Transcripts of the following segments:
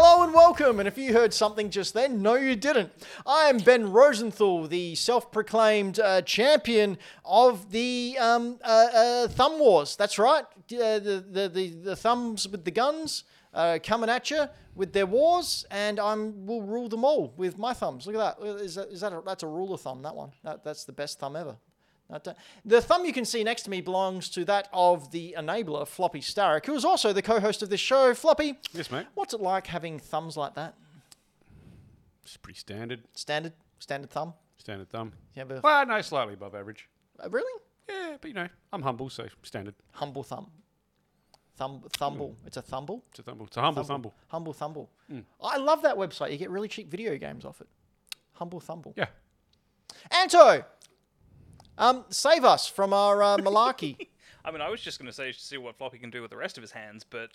welcome. And if you heard something just then, no, you didn't. I am Ben Rosenthal, the self proclaimed uh, champion of the um, uh, uh, Thumb Wars. That's right, uh, the, the, the, the thumbs with the guns uh, coming at you with their wars, and I will rule them all with my thumbs. Look at that. Is that, is that a, that's a ruler thumb, that one. That, that's the best thumb ever. That, uh, the thumb you can see next to me belongs to that of the enabler, Floppy Starrick, who is also the co host of this show. Floppy, Yes, mate. what's it like having thumbs like that? It's pretty standard. Standard? Standard thumb? Standard thumb. You have a, Well, no, slightly above average. uh, really? Yeah, but you know, I'm humble, so standard. Humble thumb. Thumb, thumble. Hmm. It's a thumble? It's a thumble. It's a humble thumble. Humble Thumble. Hmm. I love that website. You get really cheap video games off it. Humble Thumble. Yeah. Anto, um, save us from our uh, malarkey. I mean, I was just going to say to see what Floppy can do with the rest of his hands, but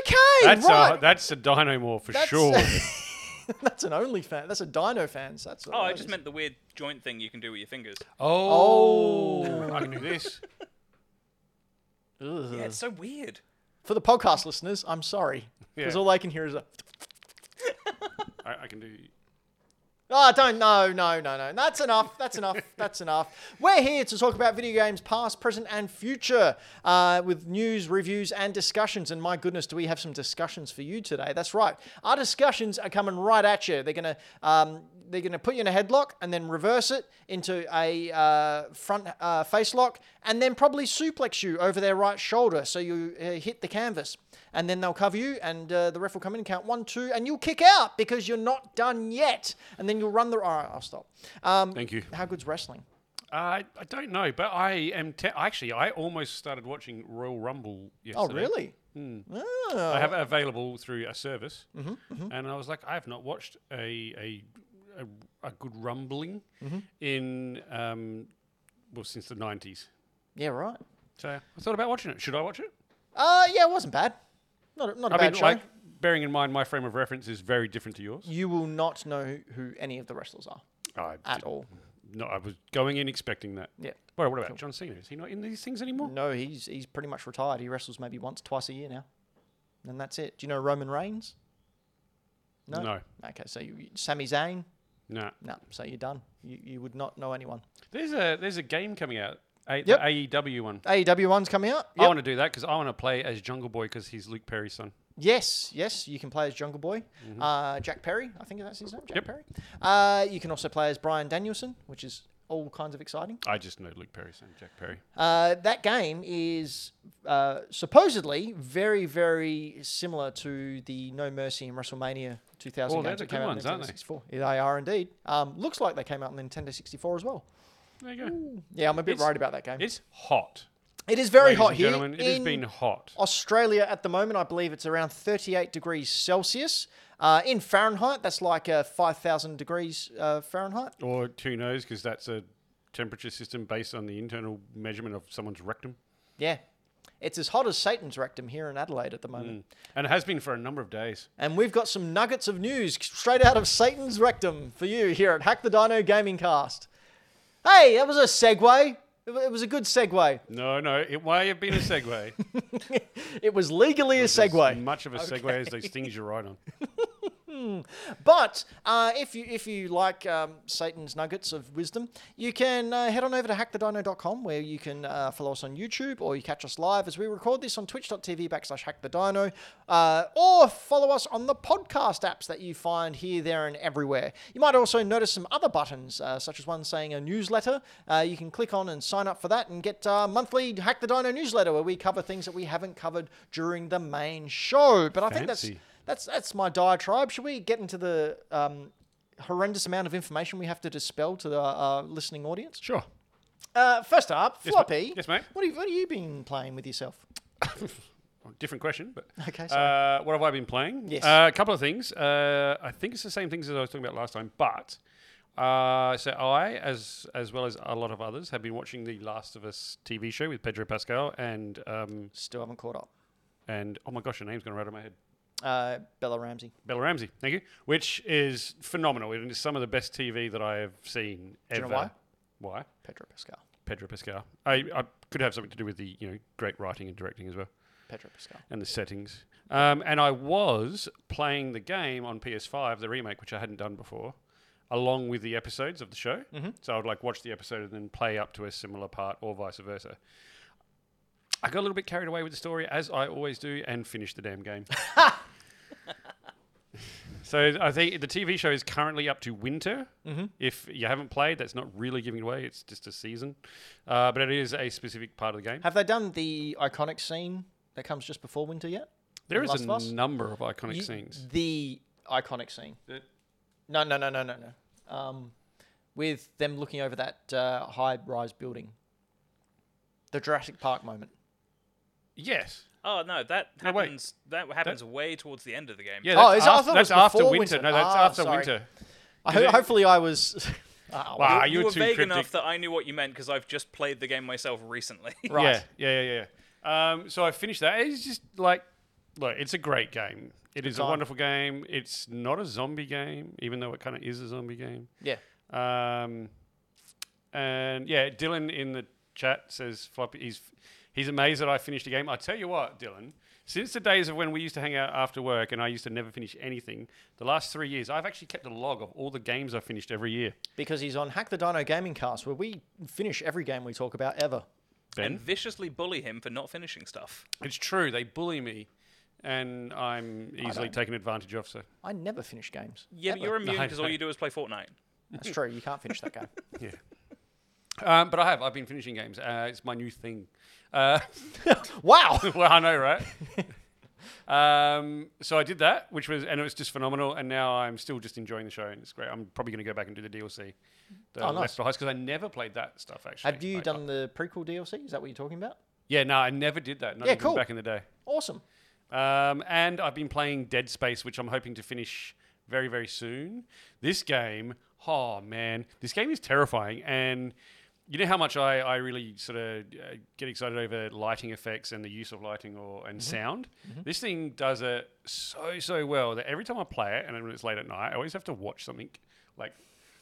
okay, That's right. a that's a dinomorph for That's- sure. That's an OnlyFans. That's a Dino fans. That's what oh, I that just is. meant the weird joint thing you can do with your fingers. Oh. I can do this. Ugh. Uh, Yeah, it's so weird. For the podcast listeners, I'm sorry because Yeah. all they can hear is a. I, I can do. Oh, don't no no no no. That's enough. That's enough. That's enough. We're here to talk about video games, past, present, and future, uh, with news, reviews, and discussions. And my goodness, do we have some discussions for you today? That's right. Our discussions are coming right at you. They're gonna um, they're gonna put you in a headlock and then reverse it into a uh, front uh, face lock, and then probably suplex you over their right shoulder so you uh, hit the canvas. And then they'll cover you, and uh, the ref will come in and count one, two, and you'll kick out because you're not done yet. And then you'll run the. All right, I'll stop. Um, Thank you. how good's wrestling? I I don't know, but I am. Te- actually, I almost started watching Royal Rumble yesterday. Oh, really? Ah. I have it available through a service, Mm-hmm, and I was like, I have not watched a a, a, a good rumbling Mm-hmm. in um, well since the nineties. Yeah, right. So I thought about watching it. Should I watch it? Uh, yeah, it wasn't bad. Not a, not a I bad mean, show. like bearing in mind my frame of reference is very different to yours. you will not know who, who any of the wrestlers are I at did- all. no, I was going in expecting that. Yeah. Well, what about John Cena? Is he not in these things anymore? No, he's he's pretty much retired. He wrestles maybe once, twice a year now, and that's it. Do you know Roman Reigns? No. No. Okay, so you, you- Sami Zayn? No. No. So you're done. You, you would not know anyone. There's a there's a game coming out. A, Yep. The AEW one. AEW E one's coming out. I Yep. want to do that because I want to play as Jungle Boy because he's Luke Perry's son. Yes, yes, you can play as Jungle Boy, uh, Jack Perry. I think that's his name, Jack Yep. Perry. Uh, you can also play as Brian Danielson, which is all kinds of exciting. I just know Luke Perry's son, Jack Perry. Uh, that game is uh, supposedly very, very similar to the No Mercy in WrestleMania 2000 Oh, they're games the that came good out ones, in aren't Nintendo they? 64. Yeah, they are indeed. Um, looks like they came out in Nintendo 64 as well. There you go. Yeah, I'm a bit It's- worried about that game. It's hot. It is very Ladies hot and here. gentlemen, it has in been hot. Australia at the moment, I believe it's around 38 degrees Celsius. Uh, in Fahrenheit, that's like uh, 5,000 degrees uh, Fahrenheit. Or who knows? Because that's a temperature system based on the internal measurement of someone's rectum, Yeah. It's as hot as Satan's rectum here in Adelaide at the moment. and it has been for a number of days. And we've got some nuggets of news straight out of Satan's rectum for you here at Hack the Dino Gaming Cast. Hey, that was a segue. It wa- it was a good segue. No, no, it may have been a segue. It was legally a As segue. much of a segue as those things you ride on. But uh, if you if you like um, Satan's nuggets of wisdom, you can uh, head on over to hackthedino.com where you can uh, follow us on YouTube or you catch us live as we record this on twitch.tv backslash hackthedino uh, or follow us on the podcast apps that you find here, there, and everywhere. You might also notice some other buttons, uh, such as one saying a newsletter. Uh, you can click on and sign up for that and get uh, monthly Hack the Dino newsletter where we cover things that we haven't covered during the main show. But I think that's. Fancy. That's that's my diatribe. Should we get into the um, horrendous amount of information we have to dispel to the uh, listening audience? Sure. Uh, first up, Yes, mate. floppy. Yes, mate. What have, what have you been playing with yourself? Different question, but Okay, uh, what have I been playing? Yes. uh, a couple of things. Uh, I think it's the same things as I was talking about last time, but uh, so I, as as well as a lot of others, have been watching the Last of Us TV show with Pedro Pascal and um, Still haven't caught up. and oh my gosh, her name's gone right out of my head. Uh, Bella Ramsey. Bella Ramsey, thank you. Which is phenomenal. It is some of the best TV that I have seen you ever. know why? Why? Pedro Pascal. Pedro Pascal. I, I could have something to do with the you know great writing and directing as well. Pedro Pascal. and the settings. Um, and I was playing the game on PS5, the remake, which I hadn't done before, along with the episodes of the show. Mm-hmm. So I would like watch the episode and then play up to a similar part, or vice versa. I got a little bit carried away with the story, as I always do, and finished the damn game. so I think the TV show is currently up to winter. Mm-hmm. If you haven't played, that's not really giving it away. It's just a season, uh, but it is a specific part of the game. Have they done the iconic scene that comes just before winter yet? There Last is of Us? a number of iconic You- scenes. The iconic scene. The- No, no, no, no, no, no. Um, with them looking over that uh, high-rise building. The Jurassic Park moment. Yes. Oh no, that No, wait. happens. that happens way towards the end of the game. Yeah, Oh, that's, is that- I af- thought it was that's after before winter. winter. No, that's Ah, after sorry. winter. I, Is ho- it- hopefully, I was. Ah, well, Wow, Oh, you, you were too vague cryptic. enough that I knew what you meant because I've just played the game myself recently. Right. Yeah, yeah, yeah. yeah. Um, so I finished that. It's just like, look, it's a great game. It is a time. wonderful game. It's not a zombie game, even though it kind of is a zombie game. Yeah. Um, and yeah, Dylan in the chat says floppy. He's he's amazed that I finished a game. I tell you what, Dylan. Since the days of when we used to hang out after work and I used to never finish anything, the last three years I've actually kept a log of all the games I finished every year. Because he's on Hack the Dino Gaming Cast, where we finish every game we talk about ever. Ben, and viciously bully him for not finishing stuff. it's true they bully me, and I'm easily taken advantage of. So I never finish games. Yeah, but ever. you're immune I because all know. you do is play Fortnite. That's true. You can't finish that game. yeah, um, but I have. I've been finishing games. Uh, it's my new thing. Uh, Wow. well, I know, right? um, so I did that, which was, and it was just phenomenal. And now I'm still just enjoying the show, and it's great. I'm probably going to go back and do the DLC, the Oh, nice. Left Behind, because I never played that stuff actually. Have you Like, done the prequel DLC? Is that what you're talking about? Yeah, no, I never did that. Not Yeah, even cool. Back in the day. Awesome. Um, and I've been playing Dead Space, which I'm hoping to finish very, very soon. This game, oh man, this game is terrifying. And you know how much I, I really sort of uh, get excited over lighting effects and the use of lighting or Mm-hmm. and sound. This thing does it so, so well that every time I play it, and when it's late at night, I always have to watch something like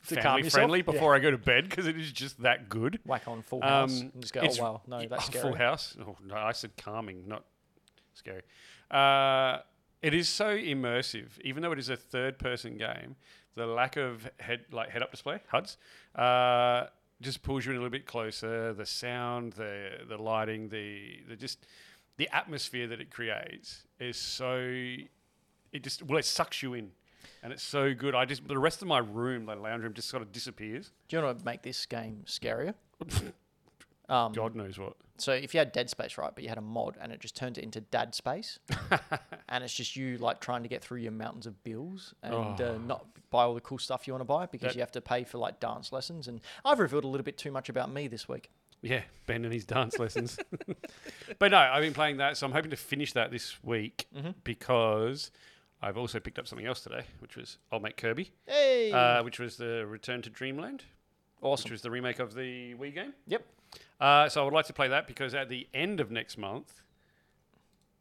To calm family yourself? friendly Yeah. before I go to bed because it is just that good. Whack on Full House. Um, and just go, oh, it's- wow. No, y- that's oh, scary. Full House. Oh, no, I said calming, not scary. Uh, it is so immersive, even though it is a third-person game. The lack of head, like head-up display HUDs, uh, just pulls you in a little bit closer. The sound, the the lighting, the the just the atmosphere that it creates is so. It just well, it sucks you in, and it's so good. I just the rest of my room, like lounge room, just sort of disappears. Do you want to make this game scarier? Um, God knows what. so if you had Dead Space, right, but you had a mod and it just turned it into Dad Space, and it's just you like trying to get through your mountains of bills and uh, not buy all the cool stuff you want to buy because you have to pay for like dance lessons. And I've revealed a little bit too much about me this week. Yeah, Ben and his dance lessons. but no, I've been playing that, so I'm hoping to finish that this week Mm-hmm. because I've also picked up something else today, which was I'll Make Kirby, Hey, uh, which was the Return to Dreamland, which awesome. was the remake of the Wii game. Yep. Uh, so I would like to play that because at the end of next month,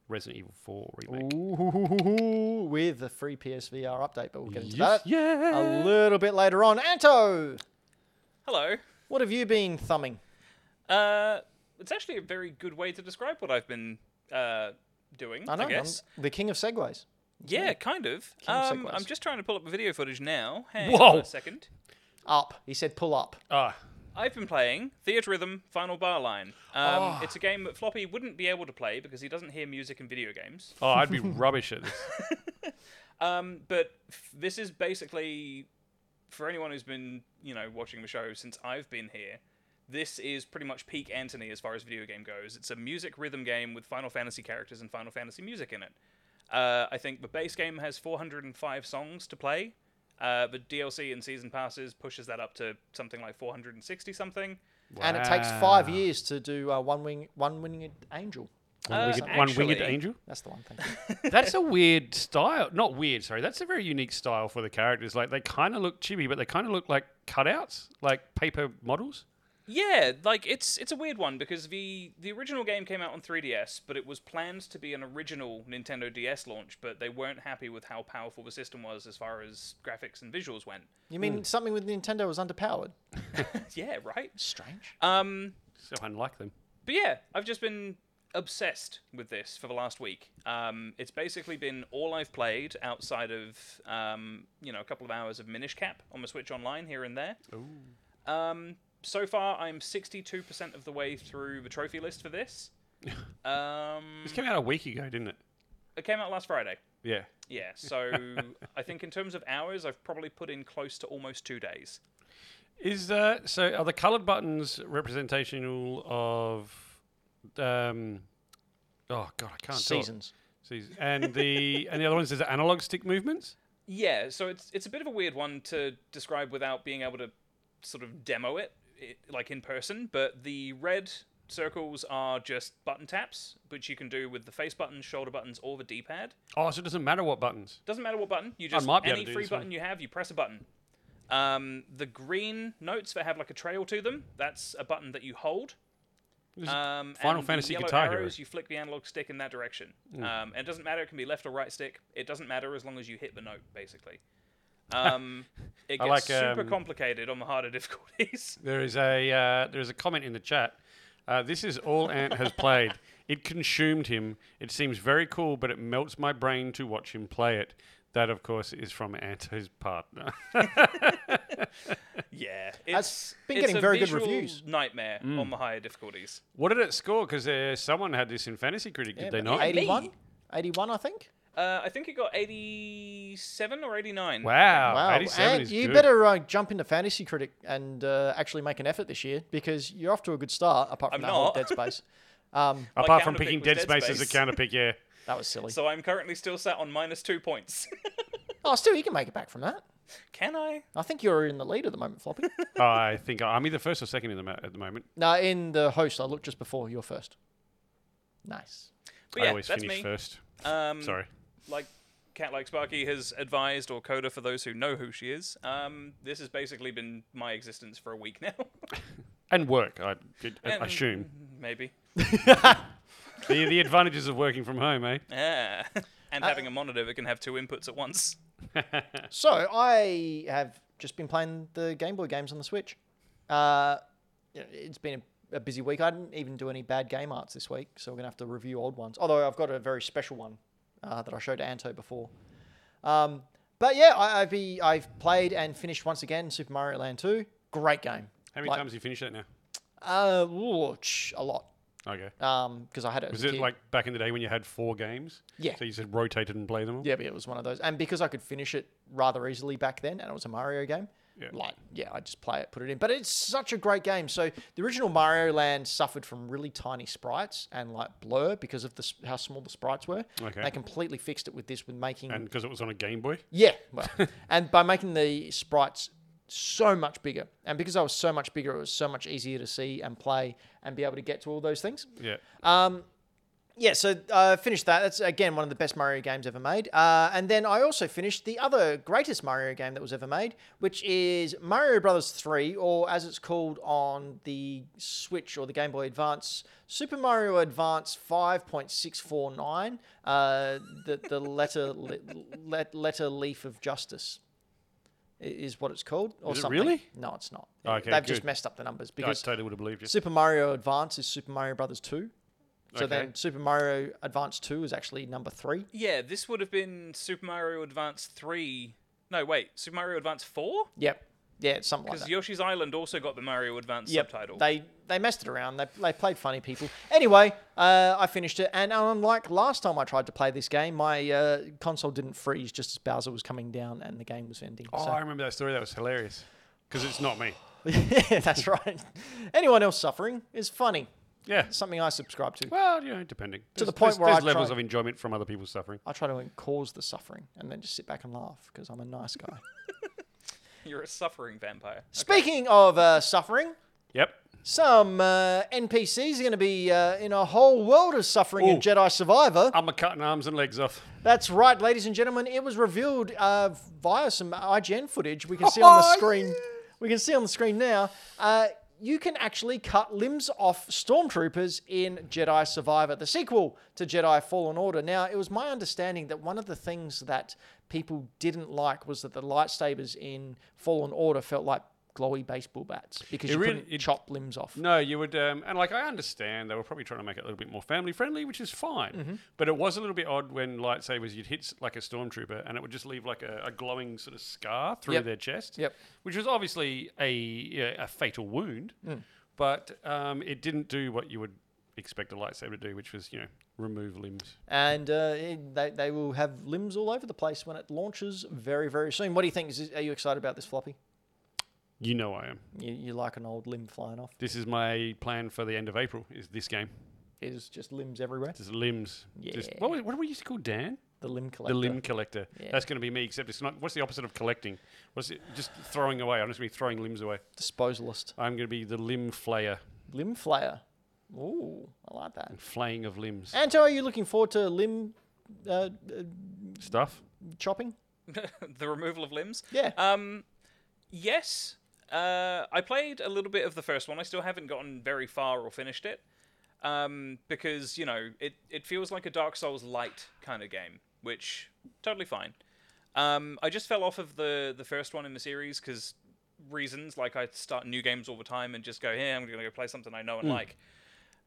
Resident Evil 4 remake. Ooh, with the free PSVR update, but we'll get into that Yeah. a little bit later on. Anto, Hello. what have you been thumbing? Uh, it's actually a very good way to describe what I've been uh, doing. I know, I'm guess. the king of segues. Yeah, kind of. of Um, I'm segues. just trying to pull up video footage now. Hang on Whoa. a second. Up. He said pull up. Ah, I've been playing Theatre Rhythm Final Bar Line. Um, It's a game that Floppy wouldn't be able to play because he doesn't hear music in video games. oh, I'd be rubbish at this. Um, but f- this is basically for anyone who's been, you know, watching the show since I've been here. This is pretty much peak Anthony as far as video game goes. It's a music rhythm game with Final Fantasy characters and Final Fantasy music in it. Uh, I think the base game has 405 songs to play. Uh, the DLC and season passes pushes that up to something like 460 something. And it takes five Wow. years to do uh, one wing, one winged angel. One, Uh, winged, one winged actually- angel? That's the one thing. That's a weird style. Not weird, sorry. That's a very unique style for the characters. Like they kind of look chibi, but they kind of look like cutouts, like paper models. Yeah, like it's it's a weird one because the the original game came out on 3DS, but it was planned to be an original Nintendo DS launch, but they weren't happy with how powerful the system was as far as graphics and visuals went. You mean something with Nintendo was underpowered? yeah, right. Strange. Um, So unlike them. but yeah, I've just been obsessed with this for the last week. Um, it's basically been all I've played outside of um, you know a couple of hours of Minish Cap on my Switch Online here and there. Um, so far, I'm 62% of the way through the trophy list for this. Um, This came out a week ago, didn't it? it came out last Friday. Yeah. Yeah, so I think in terms of hours, I've probably put in close to almost two days. Is uh, so are the coloured buttons representational of um oh god I can't talk. Seasons. Seas- and the and the other ones is analog stick movements? Yeah, so it's it's a bit of a weird one to describe without being able to sort of demo it, it like in person. But the red circles are just button taps, which you can do with the face buttons, shoulder buttons, or the D-pad. Oh, so it doesn't matter what buttons. Doesn't matter what button. You just might be able any to do free this one. button you have, you press a button. Um, the green notes that have like a trail to them, that's a button that you hold. This is- Um, Final and the Fantasy yellow Guitar Hero. Hmm. arrows, you flick the analog stick in that direction. Um, and it doesn't matter; it can be left or right stick. It doesn't matter as long as you hit the note, basically. Um, it I gets like, super um, complicated on the harder difficulties. There is a uh, there is a comment in the chat. Uh, this is all Ant has played. It consumed him. It seems very cool, but it melts my brain to watch him play it. That, of course, is from Anto's partner. yeah, it's been it's getting a very good visual reviews. Nightmare Hmm. on the higher difficulties. what did it score? Because uh, someone had this in Fantasy Critic, did they not? 81? Me? 81, I think. Uh, I think it got eighty-seven or eighty-nine. Wow, Wow. 87 And Oh, is you good. better uh, jump into Fantasy Critic and uh, actually make an effort this year because you're off to a good start, apart from I'm that whole not. Dead Space. Um, Apart from counterpick picking was Dead Dead Space, as a Space. counter pick, yeah. that was silly. So I'm currently still sat on minus two points. oh, still, you can make it back from that. Can I? I think you're in the lead at the moment, Floppy. I think I'm either first or second in the ma- at the moment. no, in the host, I looked just before. You're first. Nice. But yeah, I always that's finish me. first. Um, Sorry. like Cat Like Sparky has advised, or Coda for those who know who she is. Um, this has basically been my existence for a week now. And work, I, I And- assume. Maybe. the, the advantages of working from home, eh? Ah. And having a monitor that can have two inputs at once. So I have just been playing the Game Boy games on the Switch. Uh, you know, it's been a, a busy week. I didn't even do any bad game arts this week, so we're gonna have to review old ones. Although I've got a very special one uh, that I showed Anto before. Um, but yeah, I, I've be I've played and finished once again Super Mario Land Two. Great game. How many Like- times have you finished that now? Uh, ooh, tch, a lot. Okay. Um, because I had it. Was as a it kid. like back in the day when you had four games? Yeah. So you just rotated and played them all? Yeah, but it was one of those. And because I could finish it rather easily back then, and it was a Mario game, Yeah. like, yeah, I just play it, put it in. But it's such a great game. So the original Mario Land suffered from really tiny sprites and like blur because of the, s- how small the sprites were. Okay. They completely fixed it with this, with making. And because it was on a Game Boy? yeah, well, and by making the sprites so much bigger. And because I was so much bigger, it was so much easier to see and play and be able to get to all those things. Yeah. Um, yeah, so uh, finished that. That's again one of the best Mario games ever made. Uh, and then I also finished the other greatest Mario game that was ever made, which is Mario Brothers Three, or as it's called on the Switch or the Game Boy Advance, Super Mario Advance Five Point Six Four Nine, uh, the the letter le, le- letter leaf of justice. i- Is what it's called, or Is it something? really? No, it's not. Okay, They've just good. messed up the numbers I because totally would have believed you. Super Mario Advance is Super Mario Brothers 2. So Okay. then Super Mario Advance 2 is actually number 3. Yeah, this would have been Super Mario Advance 3. No, wait, Super Mario Advance 4? Yep. Yeah, it's something like Because that. Yoshi's Island also got the Mario Advance Yep. subtitle. They they messed it around. They, they played funny people. Anyway, uh, I finished it, and unlike last time I tried to play this game, my uh, console didn't freeze just as Bowser was coming down and the game was ending. Oh, so- I remember that story. That was hilarious. Because it's not me. yeah, that's right. Anyone else suffering is funny. Yeah. Something I subscribe to. Well, you know, depending. To the There's- point there's, where there's I levels tried- of enjoyment from other people's suffering. I try to cause the suffering and then just sit back and laugh because I'm a nice guy. You're a suffering vampire. Speaking of uh, suffering, Yep. Some uh, NPCs are going to be uh, in a whole world of suffering in Ooh. Jedi Survivor. I'm a cutting arms and legs off. That's right, ladies and gentlemen. It was revealed uh, via some IGN footage we can see on the Oh, screen. We can see on the screen now. Uh, you can actually cut limbs off stormtroopers in Jedi Survivor, the sequel to Jedi Fallen Order. Now, it was my understanding that one of the things that people didn't like was that the lightsabers in Fallen Order felt like glowy baseball bats because It you really- couldn't it- chop limbs off. No, you would, um, and like I understand, they were probably trying to make it a little bit more family friendly, which is fine. Mm-hmm. But it was a little bit odd when lightsabers you'd hit s- like a stormtrooper, and it would just leave like a, a glowing sort of scar through Yep. their chest. Yep. Which was obviously a yeah, a fatal wound, Mm. but um, it didn't do what you would expect a lightsaber to do, which was you know remove limbs. And uh, it- they, they will have limbs all over the place when it launches very, very soon. What do you think? Is, are you excited about this, Floppy? You know I am. You, you like an old limb flying off? This is my plan for the end of April. Is this game? There's just limbs everywhere. Just limbs. Just, Yeah. what, was- what do we used to call Dan? The limb collector. The limb collector. Yeah. That's going to be me, except it's not. What's the opposite of collecting? What's it? Just throwing away. I'm just going to be throwing limbs away. Disposalist. I'm going to be the limb flayer, Limb flayer. Ooh, I like that. flaying of limbs. Anto, are you looking forward to limb uh, uh, Stuff. chopping? the removal of limbs. Yeah. Um, yes. Uh, I played a little bit of the first one. I still haven't gotten very far or finished it. Um, because, you know, it, it feels like a Dark Souls light kind of game, which totally fine. Um, I just fell off of the, the first one in the series because reasons like I start new games all the time and just go, hey, I'm going to go play something I Hmm. know and like.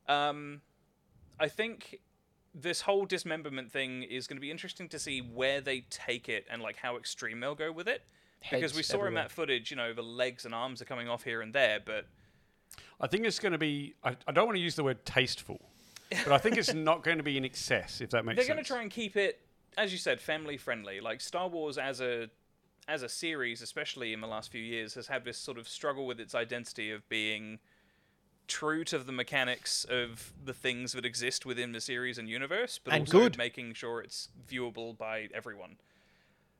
Um, I think this whole dismemberment thing is going to be interesting to see where they take it and like how extreme they'll go with it. because Heads we saw in everywhere. that footage, you know, the legs and arms are coming off here and there, but I think it's going to be. I, I don't want to use the word tasteful, but I think it's not going to be in excess. If that makes they're sense. going to try and keep it, as you said, family friendly. Like Star Wars as a as a series, especially in the last few years, has had this sort of struggle with its identity of being true to the mechanics of the things that exist within the series and universe, but And also good. making sure it's viewable by everyone.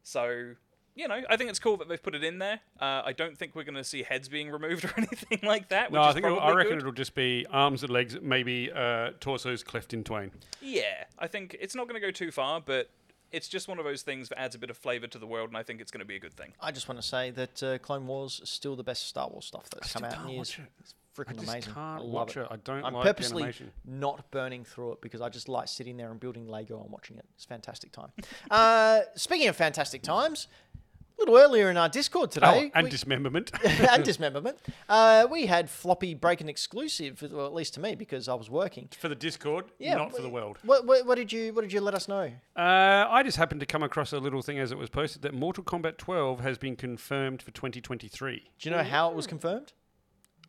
So, you know, I think it's cool that they've put it in there. Uh, I don't think we're going to see heads being removed or anything like that. Which No, I is think it'll- I probably reckon good. it'll just be arms and legs, maybe uh, torsos cleft in twain. Yeah, I think it's not going to go too far, but it's just one of those things that adds a bit of flavor to the world, and I think it's going to be a good thing. I just want to say that uh, Clone Wars is still the best Star Wars stuff that's come still out in can't years. watch it. It's I freaking just amazing. I can't love watch it. it. I don't I'm like the purposely animation. not burning through it because I just like sitting there and building Lego and watching it. It's a fantastic time. uh, speaking of fantastic times, a little earlier in our Discord Oh, today, and we- dismemberment. and dismemberment, uh, we had Floppy break an exclusive, uh, well, at least to me because I was working. for the Discord, Yeah, not for wh- the world. What, what, what did you What did you let us know? Uh, I just happened to come across a little thing as it was posted that Mortal Kombat 12 has been confirmed for 2023. Do you know how it was Mm. confirmed?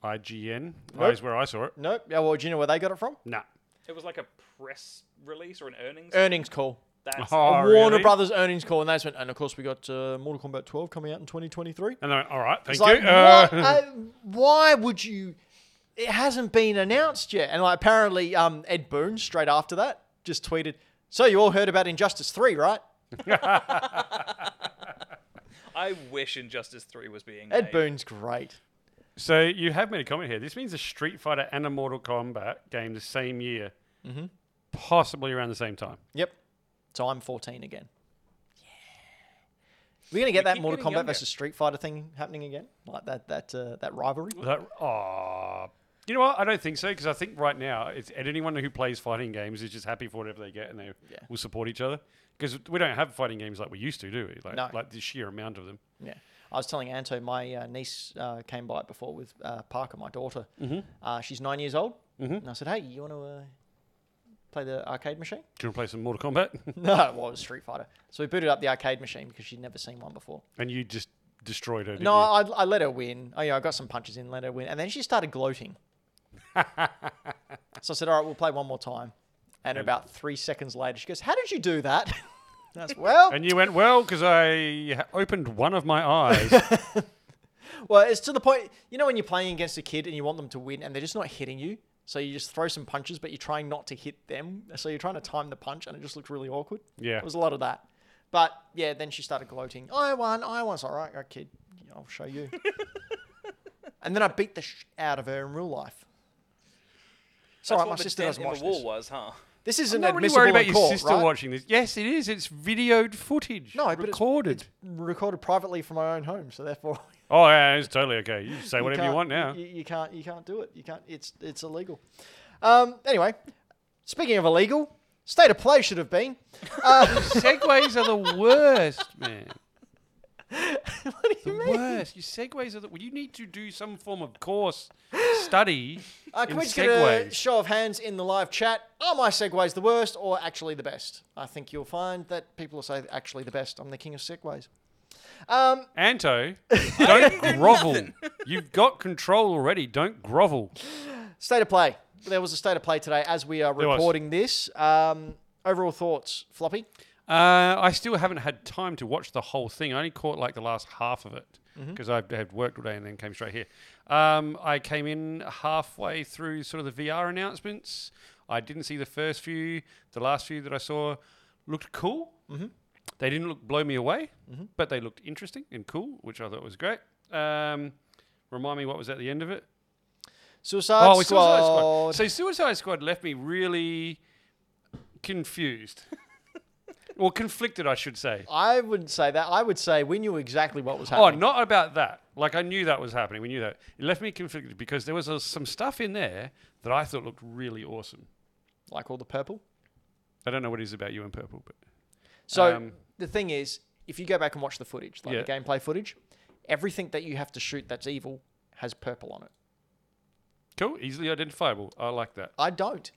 IGN Nope. is where I saw it. Nope. Yeah, well, do you know where they got it from? Nah. It was like a press release or an earnings. Earnings call. That's Oh, A Warner really? Brothers earnings call, and they just went, and of course we got uh, Mortal Kombat 12 coming out in 2023. And I went, all right, thank It's you. like, Uh, what? Uh, why would you? It hasn't been announced yet, and like apparently, um, Ed Boon straight after that just tweeted, "So you all heard about Injustice 3, right?" I wish Injustice Three was being Ed made. Boon's great. so you have made a comment here. This means a Street Fighter and a Mortal Kombat game the same year, Mm-hmm. possibly around the same time. Yep. So I'm 14 again. We're gonna get We that keep Mortal getting Kombat younger. versus Street Fighter thing happening again, like that that uh, that rivalry. That, aw. You know what? I don't think so because I think right now, it's, and anyone who plays fighting games is just happy for whatever they get and they Yeah. will support each other because we don't have fighting games like we used to, do we? Like, No. like the sheer amount of them. Yeah. I was telling Anto, my uh, niece uh, came by it before with uh, Parker, my daughter. Uh, she's nine years old. And I said, hey, you want to uh, play the arcade machine? Do you want to play some Mortal Kombat? no, well, it was Street Fighter. So we booted up the arcade machine because she'd never seen one before. And you just destroyed her. Didn't No, you? I, I let her win. Oh, yeah, I got some punches in, let her win. And then she started gloating. so I said, all right, we'll play one more time. And about three seconds later, she goes, how did you do that? And I said, well, And you went well because I ha- opened one of my eyes. Well, it's to the point, you know, when you're playing against a kid and you want them to win and they're just not hitting you. So you just throw some punches, but you're trying not to hit them. So you're trying to time the punch and it just looked really awkward. Yeah. It was a lot of that. But yeah, then she started gloating. I won. I won. It's all right, kid. I'll show you. and then I beat the sh- out of her in real life. That's Sorry, what my the sister dent doesn't in watch the wall this. was, huh? This isn't I'm not really admissible worried about in your court, sister right? watching this. Yes, it is. It's videoed footage. No, but it's- recorded. Recorded privately from my own home, so therefore oh yeah, it's totally okay. You say You whatever you can't- want now. You, you can't. You can't do it. You can't. It's it's illegal. Um. Anyway, speaking of illegal, state of play should have been. Segways are the worst, man. what do you The mean? worst. You segues are the. You need to do some form of course study. Uh, can in we just get a segues. show of hands in the live chat? Are my segues the worst or actually the best? I think you'll find that people will say actually the best. I'm the king of segues. Um, Anto, don't grovel. You've got control already. Don't grovel. state of play. There was a state of play today as we are There was. recording this. Um, overall thoughts, Floppy? Uh, I still haven't had time to watch the whole thing. I only caught like the last half of it because I had work all day and then came straight here. Um, I came in halfway through sort of the VR announcements. I didn't see the first few. The last few that I saw looked cool. Mm-hmm. They didn't look blow me away, but they looked interesting and cool, which I thought was great. Um, remind me what was at the end of it. Suicide oh, it's Squad. Suicide Squad. So Suicide Squad left me really confused. well, conflicted, I should say. I wouldn't say that. I would say we knew exactly what was Oh, happening. not about that. Like I knew that was happening. We knew that. It left me conflicted because there was uh, some stuff in there that I thought looked really awesome. Like all the purple. I don't know what it is about you in purple, but So Um, the thing is, if you go back and watch the footage, like the Yeah. gameplay footage, everything that you have to shoot that's evil has purple on it. cool, easily identifiable. I like that. I don't.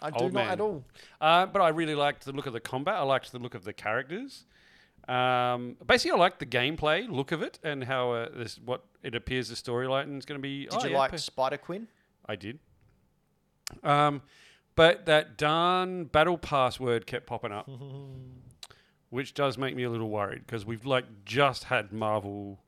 I do Old not man. at all. Uh, but I really liked the look of the combat. I liked the look of the characters. Um, basically, I liked the gameplay look of it and how uh, this what it appears the storyline is going to be. Did Oh, you yeah, like per- Spider Quinn? I did. Um, but that darn battle pass word kept popping up, which does make me a little worried because we've like just had Marvel,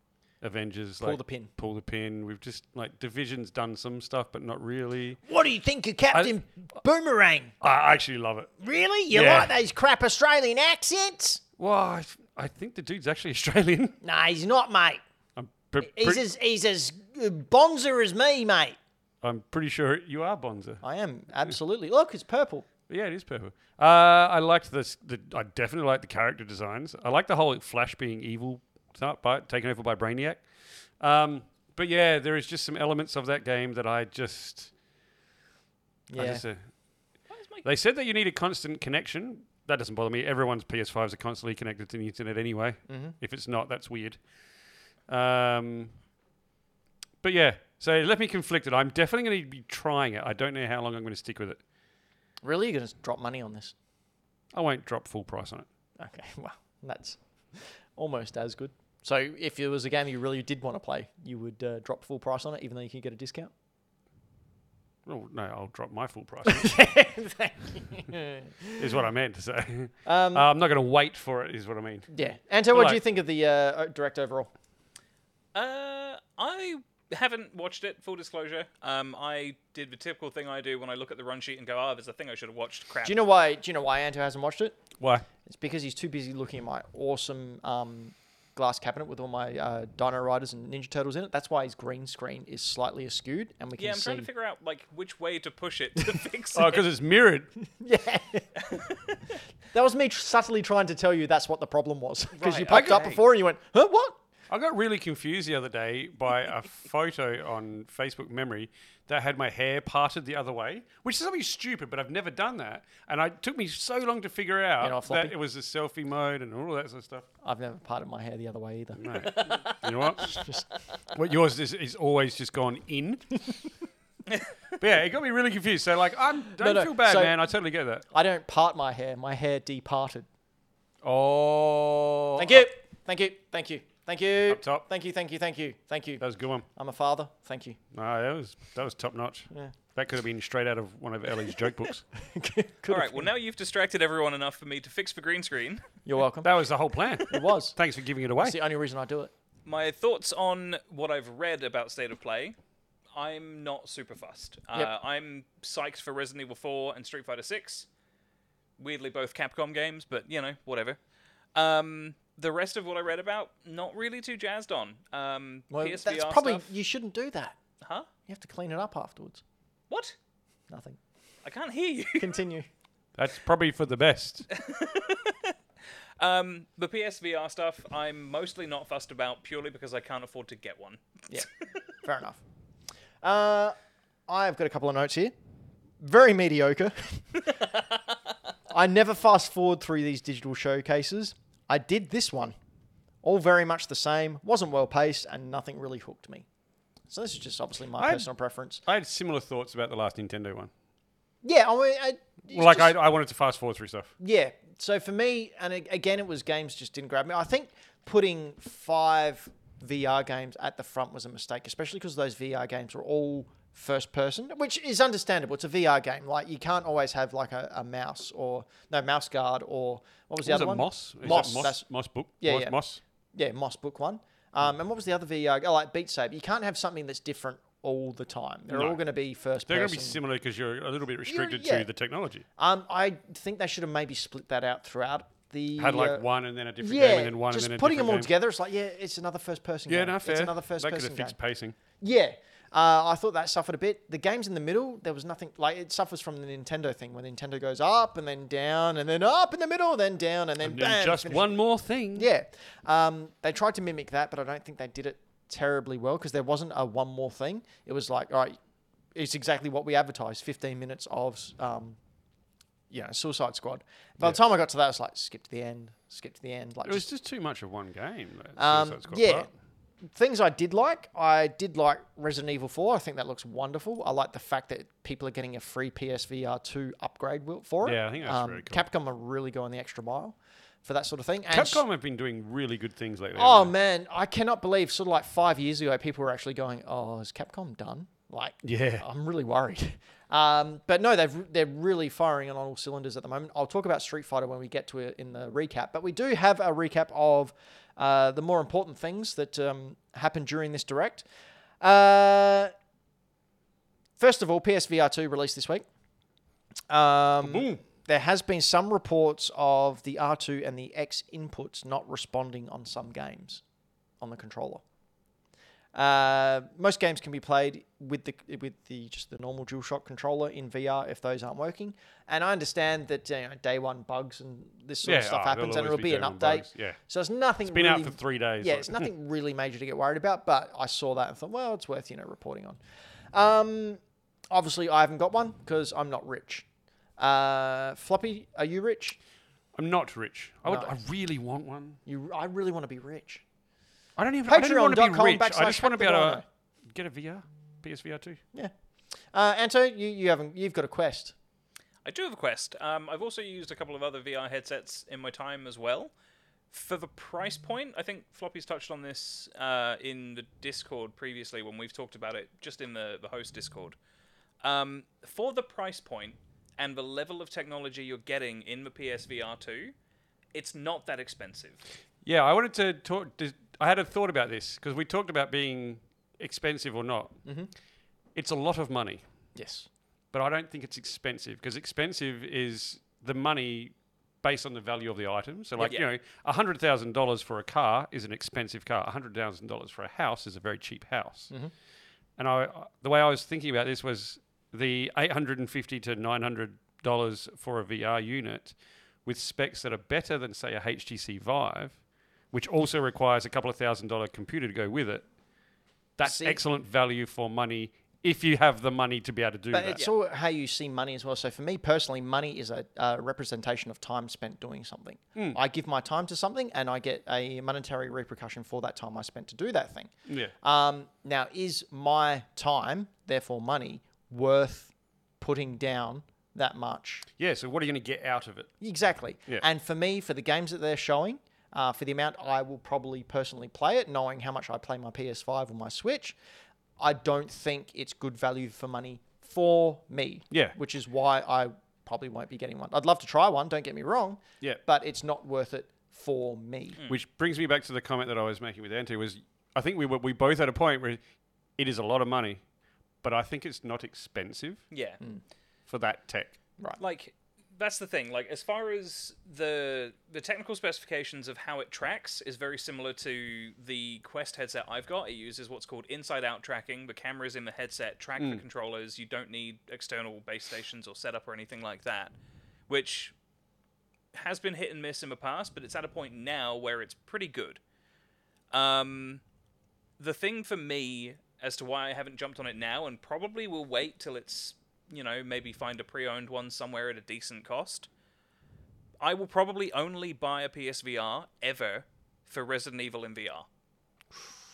Avengers Pull like, the pin. pull the pin. We've just like Division's done some stuff, but not really. What do you think of Captain Boomerang? I actually love it. Really? You Yeah. those crap Australian accents? Well, I, I think the dude's actually Australian. Nah, he's not, mate. I'm, pre- pre- as he's as bonzer as me, mate. I'm pretty sure you are Bonza. I am absolutely. Look, it's purple. Yeah, it is purple. Uh, I liked this. The, I definitely liked the character designs. I like the whole Flash being evil, not by, taken over by Brainiac. Um, but yeah, there is just some elements of that game that I just. I Yeah. just uh, Why is my they said that you need a constant connection. That doesn't bother me. Everyone's PS5s are constantly connected to the internet anyway. If it's not, that's weird. Um, but yeah, so it left me conflicted. I'm definitely going to be trying it. I don't know how long I'm going to stick with it. Really? You're going to drop money on this? I won't drop full price on it. Okay, well, that's almost as good. So if it was a game you really did want to play, you would uh, drop full price on it, even though you can get a discount? Well, no, I'll drop my full price. is what I meant to say. Um, Uh, I'm not going to wait for it. Is what I mean. yeah. Anto, what do like- you think of the uh, o- direct overall? Uh, I haven't watched it. Full disclosure. Um, I did the typical thing I do when I look at the run sheet and go, "Ah, there's a thing I should have watched." Crap. Do you know why? Do you know why Anto hasn't watched it? Why? It's because he's too busy looking at my awesome um, glass cabinet with all my uh, Dino Riders and Ninja Turtles in it. That's why his green screen is slightly askewed, and we can Yeah, I'm see. trying to figure out like which way to push it to fix Oh, it. because it's mirrored. yeah. that was me tr- subtly trying to tell you that's what the problem was because you Right, popped up okay. before and you went, "Huh? What?" I got really confused the other day by a photo on Facebook Memory that had my hair parted the other way, which is something stupid, but I've never done that, and I- it took me so long to figure out know, floppy. that it was a selfie mode and all that sort of stuff. I've never parted my hair the other way either. No. you know what? what yours is, is always just gone in. but yeah, it got me really confused. So like, I'm don't no, feel bad, so- man. I totally get that. I don't part my hair. My hair departed. Oh, Thank you. Thank you. Thank you. Thank you. Up top. Thank you. Thank you. Thank you. Thank you. That was a good one. I'm a father. Thank you. No, that was that was top notch. Yeah. That could have been straight out of one of Ellie's joke books. All right. Well, now you've distracted everyone enough for me to fix the green screen. You're welcome. That was the whole plan. it was. Thanks for giving it away. That's the only reason I do it. My thoughts on what I've read about State of Play. I'm not super fussed. Uh, Yep. I'm psyched for Resident Evil 4 and Street Fighter 6. Weirdly, both Capcom games, but you know, whatever. Um, the rest of what I read about, not really too jazzed on. Um, Well, PSVR that's probably stuff. you shouldn't do that. Huh? You have to clean it up afterwards. What? Nothing. I can't hear you. Continue. That's probably for the best. Um, the PSVR stuff, I'm mostly not fussed about purely because I can't afford to get one. Yeah. Fair enough. Uh, I've got a couple of notes here. Very mediocre. I never fast forward through these digital showcases. I did this one. All very much the same, wasn't well paced, and nothing really hooked me. So this is just obviously my I- personal preference. I had similar thoughts about the last Nintendo one. Yeah, I mean, I, it's Well, like just- I, I wanted to fast forward through stuff. Yeah. So for me, and a- again, it was games just didn't grab me. I think putting five VR games at the front was a mistake, especially because those VR games were all first person, which is understandable. It's a VR game. Like you can't always have like a, a mouse or no mouse guard or what was the Was other it one? Moss? Is that Moss, Moss, that's- Moss book. Yeah, Moss, yeah. Moss. Yeah, Moss Book One. Um, and what was the other VR? Oh, like Beat Saber. You can't have something that's different all the time. They're No. all going to be first They're going to person. be similar because you're a little bit restricted yeah. to the technology. um, I think they should have maybe split that out throughout the. Had like uh, one and then a different yeah, game and then one just and then a putting them different all game. together. It's like, yeah, it's another first person Yeah, game. no, fair. It's another first that could person have game. fixed pacing. Yeah, uh, I thought that suffered a bit. The games in the middle, there was nothing like it suffers from the Nintendo thing when Nintendo goes up and then down and then up in the middle, then down and then And bam. then just finish. one more thing. Yeah, um, they tried to mimic that, but I don't think they did it terribly well because there wasn't a one more thing. It was like, all right, it's exactly what we advertised: fifteen minutes of, um, you know, Suicide Squad. By the time I got to that, I was like, skip to the end, skip to the end. Like, It was just just too much of one game. that Um, Suicide Squad yeah. part. things I did like. I did like Resident Evil 4. I think that looks wonderful. I like the fact that people are getting a free PSVR 2 upgrade wi- for it. Um, Yeah, I think that's very cool. Capcom are really going the extra mile for that sort of thing. And s- Capcom have been doing really good things lately. Oh haven't man, I cannot believe sort of like five years ago, people were actually going, "Oh, is Capcom done?" Like, they? yeah. I'm really worried. Um, but no, they've they're really firing on all cylinders at the moment. I'll talk about Street Fighter when we get to it in the recap. But we do have a recap of uh, the more important things that um, happened during this direct. Uh, first of all, PSVR two released this week. Um, Boom. there has been some reports of the R2 and the X inputs not responding on some games on the controller. Uh, most games can be played with the with the just the normal DualShock controller in VR if those aren't working. And I understand that you know, day one bugs and this sort of Yeah, stuff oh, there'll happens, and always it'll be be an day one update. bugs, yeah. So it's nothing. Been really, out for three days. yeah, like- it's nothing really major to get worried about, but I saw that and thought, well, it's worth you know reporting on. Um, obviously, I haven't got one because I'm not rich. Uh, Floppy, are you rich? I'm not rich. I, would, No. I really want one. You, I really want to be rich. I don't even. I don't want to be Patreon.com rich. I backslash just want to be Hack the able to Dino. get a VR, PSVR two. Yeah. Uh, Anto, you, you haven't you've got a quest. I do have a Quest. Um, I've also used a couple of other VR headsets in my time as well. For the price point, I think Floppy's touched on this uh, in the Discord previously when we've talked about it, just in the, the host Discord. Um, for the price point and the level of technology you're getting in the PSVR 2, it's not that expensive. Yeah, I wanted to talk. To, I had a thought about this because we talked about being expensive or not. Mm-hmm. It's a lot of money, Yes. but I don't think it's expensive because expensive is the money based on the value of the item. So, like Yeah. you know, hundred thousand dollars for a car is an expensive car. hundred thousand dollars for a house is a very cheap house. Mm-hmm. And I, the way I was thinking about this was the eight hundred and fifty to nine hundred dollars for a VR unit with specs that are better than say a HTC Vive, which also requires a couple of thousand dollar computer to go with it. That's See- excellent value for money if you have the money to be able to do But that. it's all how you see money as well. So for me personally, money is a, a representation of time spent doing something. Hmm. I give my time to something and I get a monetary repercussion for that time I spent to do that thing. yeah. Um, now, is my time, therefore money, worth putting down that much? Yeah, so what are you going to get out of it? Exactly. Yeah. And for me, for the games that they're showing, uh, for the amount I will probably personally play it, knowing how much I play my PS5 or my Switch, I don't think it's good value for money for me. Yeah. Which is why I probably won't be getting one. I'd love to try one, don't get me wrong. Yeah. Mm. But it's not worth it for me. Which brings me back to the comment that I was making with Antti was I think we were, we both had a point where it is a lot of money, but I think it's not expensive Yeah. for that tech. like that's the thing like as far as the the technical specifications of how it tracks is very similar to the quest headset i've got it uses what's called inside out tracking the cameras in the headset track the controllers you don't need external base stations or setup or anything like that which has been hit and miss in the past but it's at a point now where it's pretty good um the thing for me as to why I haven't jumped on it now and probably will wait till it's, you know, maybe find a pre owned one somewhere at a decent cost. I will probably only buy a PSVR ever for Resident Evil in VR.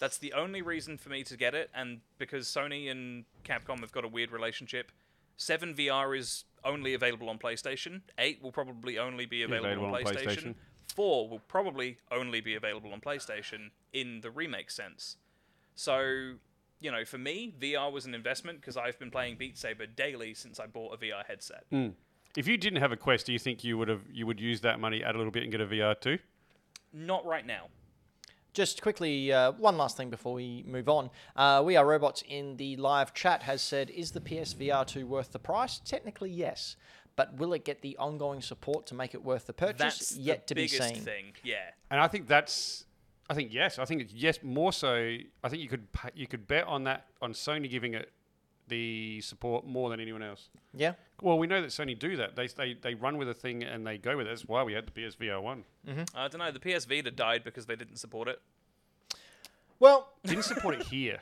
That's the only reason for me to get it, and because Sony and Capcom have got a weird relationship, 7 VR is only available on PlayStation, 8 will probably only be available, available on, on PlayStation. PlayStation. 4 will probably only be available on PlayStation in the remake sense. So, you know, for me, VR was an investment because I've been playing Beat Saber daily since I bought a VR headset. Hmm. If you didn't have a Quest, do you think you would have you would use that money, add a little bit, and get a VR too? Not right now. Just quickly, uh, one last thing before we move on. Uh, we are robots in the live chat has said, is the PSVR two worth the price? Technically, yes, but will it get the ongoing support to make it worth the purchase? That's Yet to the be biggest seen. thing. Yeah. And I think that's, I think yes, I think it's yes more so. I think you could pa- you could bet on that on Sony giving it the support more than anyone else. Yeah. Well, we know that Sony do that. They they, they run with a thing and they go with it. That's why we had the PSVR one. I don't know. The PS Vita died because they didn't support it. Well, Didn't support it here.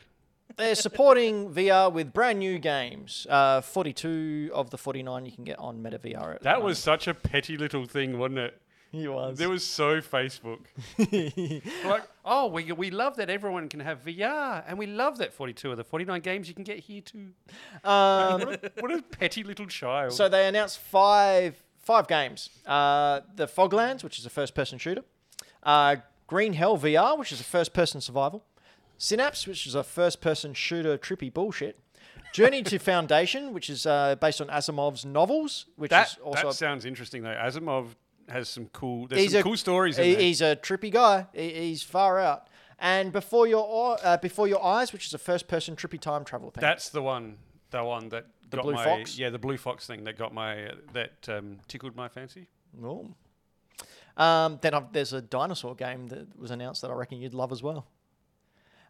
They're supporting VR with brand new games. Uh, 42 of the 49 you can get on Meta VR. at the That moment. was such a petty little thing, wasn't it? He Um, was. There was so Facebook. like, oh, we, we love that everyone can have VR, and we love that 42 of the 49 games you can get here too. Um, What a, what a petty little child. so they announced five five games. Uh, the Foglands, which is a first-person shooter. Uh, Green Hell VR, which is a first-person survival. Synapse, which is a first-person shooter trippy bullshit. Journey to Foundation, which is uh, based on Asimov's novels, which that, is also that a sounds interesting, though. Asimov has some cool, there's He's some a- cool stories in He- there. he's a trippy guy. He, he's far out. And before your Eye- uh, before your eyes, which is a first person trippy time travel thing. That's the one, the one that got Blue my, Fox? yeah, the blue fox thing that got my, that um, tickled my fancy. Ooh. Um, then I've, there's a dinosaur game that was announced that I reckon you'd love as well.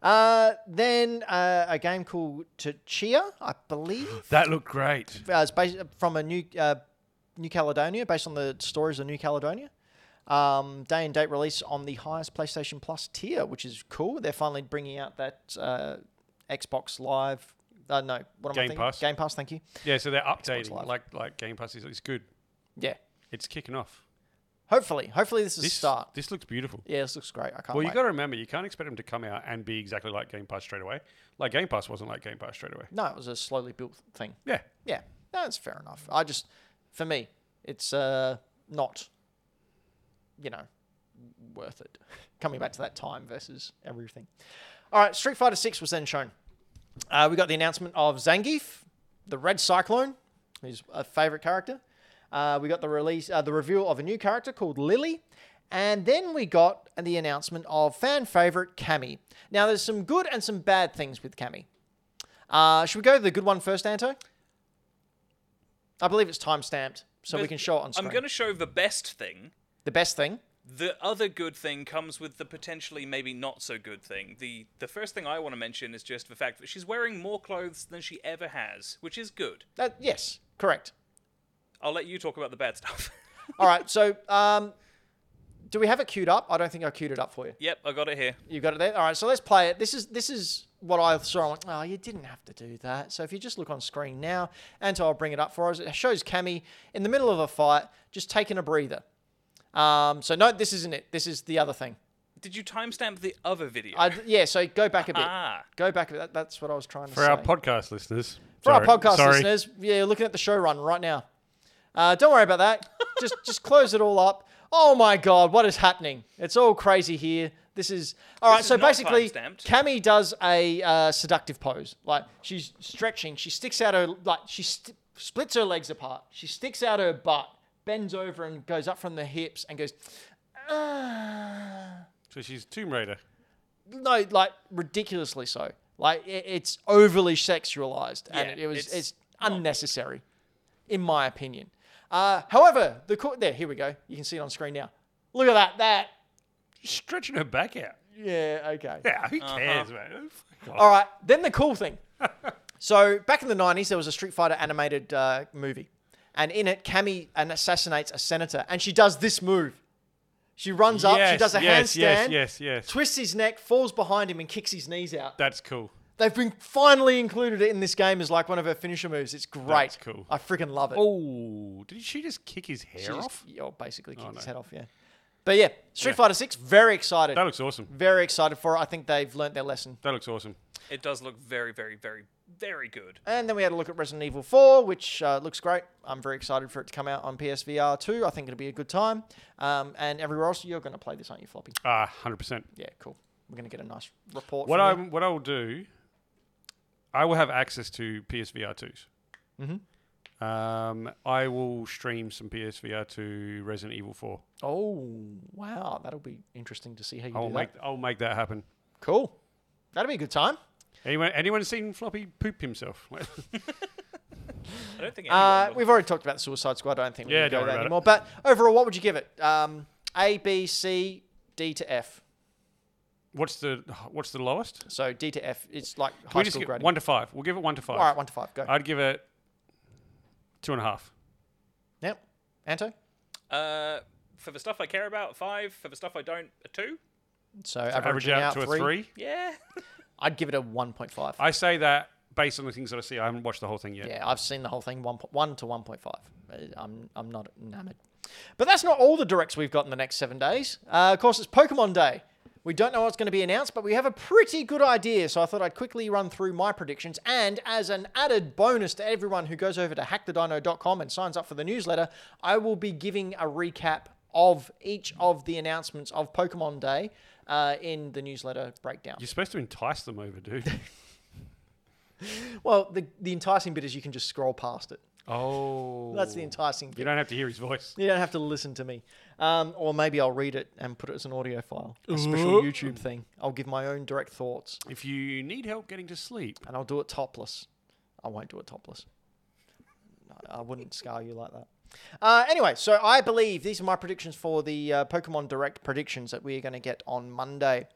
Uh, then uh, a game called Chia, I believe. That looked great. uh, it's based from a new uh, New Caledonia, based on the stories of New Caledonia. Um, day and date release on the highest PlayStation Plus tier, which is cool. They're finally bringing out that uh, Xbox Live. Uh, no, what am I Game thinking? Pass. Game Pass. Thank you. Yeah, so they're updating, Live. like like Game Pass is it's good. Yeah. It's kicking off. Hopefully, hopefully this is a This start. This looks beautiful. Yeah, this looks great. I can't Well, wait. you got to remember, you can't expect them to come out and be exactly like Game Pass straight away. Like Game Pass wasn't like Game Pass straight away. no, it was a slowly built thing. Yeah, Yeah, that's fair enough. I just, for me, it's uh, not, you know, worth it. Coming back to that time versus everything. All right, Street Fighter Six was then shown. Uh, we got the announcement of Zangief, the Red Cyclone, who's a favorite character. Uh, we got the release, uh, the reveal of a new character called Lily, and then we got the announcement of fan favorite Cammy. Now, there's some good and some bad things with Cammy. Uh, should we go to the good one first, Anto? I believe it's time stamped, so we There's- can show it on screen. I'm going to show the best thing. The best thing. The other good thing comes with the potentially maybe not so good thing. The the first thing I want to mention is just the fact that she's wearing more clothes than she ever has, which is good. That yes, correct. I'll let you talk about the bad stuff. All right, so um, do we have it queued up? I don't think I queued it up for you. yep, I got it here. You got it there. All right, so let's play it. This is this is what I saw. I went, oh, you didn't have to do that. So if you just look on screen now, Anto, I'll bring it up for us. It shows Cammy in the middle of a fight, just taking a breather. Um, so no, this isn't it. This is the other thing. Did you timestamp the other video? I, yeah, so go back a bit. ah, Go back a bit. That, that's what I was trying to for say. our podcast listeners. For Sorry. our podcast Sorry. listeners, yeah, you're looking at the show run right now. Uh, don't worry about that. just just close it all up. Oh my god, what is happening? It's all crazy here. This is all right. is so not basically, timestamped. Cammy does a uh, seductive pose. Like she's stretching. She sticks out her like she st- splits her legs apart. She sticks out her butt, bends over, and goes up from the hips and goes. "Ah." So she's Tomb Raider. no, like ridiculously so. Like i it's overly sexualized, and Yeah, it, was it's, it's unnecessary, in my opinion. Uh, however, the court there, here we go. You can see it on screen now. Look at that. That. Stretching her back out. Yeah. Okay. Yeah, who Uh-huh. cares, man? Fuck off. All right. Then the cool thing. so back in the '90s, there was a Street Fighter animated uh, movie, and in it, Cammy and assassinates a senator, and she does this move. She runs up. She Yes, does a yes, handstand. yes, yes, yes. Twists his neck, falls behind him, and kicks his knees out. That's cool. They've been finally included it in this game as like one of her finisher moves. It's great. That's cool. I freaking love it. Oh, did she just kick his hair She just- oh, off? Oh, yeah, basically kicked his head off. Yeah. But yeah, Street Fighter Six, very excited, That looks awesome. very excited for. it. I think they've learnt their lesson. That looks awesome. It does look very, very, very, very good. And then we had a look at Resident Evil 4, which uh, looks great. I'm very excited for it to come out on PSVR 2. I think it'll be a good time. Um, and everywhere else, you're going to play this, aren't you, Floppy? Ah, hundred percent. Yeah, cool. We're going to get a nice report. What from I you. what I will do, I will have access to PSVR 2s Mm-hmm. Um, I will stream some PSVR two Resident Evil Four. Oh, wow. That'll be interesting to see how you I'll do make that. I'll make that happen. Cool. That'll be a good time. Anyone anyone seen Floppy poop himself? I don't think anyone Uh, will. we've already talked about the Suicide Squad. I don't think we Yeah, can go don't there worry anymore. But overall, what would you give it? Um, a, B, C, D to F. what's the what's the lowest? Can So D to F, it's like we high just school get grading. one to five. We'll give it one to five. All right, one to five, go. I'd give it two and a half. yep. Anto? Uh, for the stuff I care about, five. For the stuff I don't, a two. So, Average averaging out to a three. Yeah. I'd give it a 1.5. I say that based on the things that I see. I haven't watched the whole thing yet. Yeah, I've seen the whole thing, 1, po- 1 to 1.5. Uh, I'm, I'm not enamored. But that's not all the directs we've got in the next seven days. Uh, of course, it's Pokemon Day. We don't know what's going to be announced, but we have a pretty good idea. So I thought I'd quickly run through my predictions. And as an added bonus to everyone who goes over to hackthedino.com and signs up for the newsletter, I will be giving a recap of each of the announcements of Pokemon Day uh, in the newsletter breakdown. You're supposed to entice them over, dude. Well, the, the enticing bit is you can just scroll past it. oh, That's the enticing bit. You don't have to hear his voice. You don't have to listen to me. Um, or maybe I'll read it and put it as an audio file, a special YouTube thing. I'll give my own direct thoughts If you need help getting to sleep, and I'll do it topless. I won't do it topless. No, I wouldn't scar you like that. Uh, anyway, so I believe these are my predictions for the uh, Pokemon Direct predictions that we are going to get on Monday.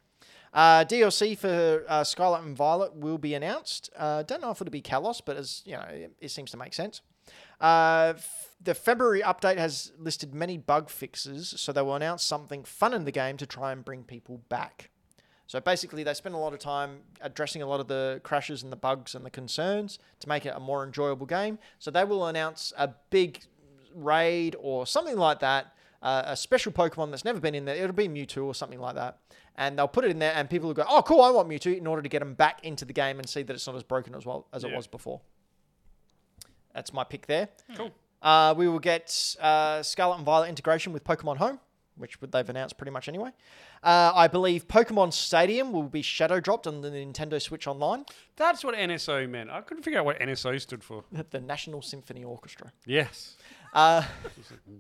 Uh, DLC for uh, Scarlet and Violet will be announced. Uh, don't know if it'll be Kalos, but as you know, it, it seems to make sense. Uh, f- the February update has listed many bug fixes, so they will announce something fun in the game to try and bring people back. So basically, they spend a lot of time addressing a lot of the crashes and the bugs and the concerns to make it a more enjoyable game. So they will announce a big raid or something like that, uh, a special Pokemon that's never been in there. It'll be Mewtwo or something like that. And they'll put it in there, and people will go, "Oh, cool! I want Mewtwo!" In order to get them back into the game and see that it's not as broken as well as it Yeah. was before. That's my pick there. cool. Uh, we will get uh, Scarlet and Violet integration with Pokemon Home, which they've announced pretty much anyway. Uh, I believe Pokemon Stadium will be shadow dropped on the Nintendo Switch Online, That's what NSO meant. I couldn't figure out what NSO stood for. the National Symphony Orchestra. Yes. Uh,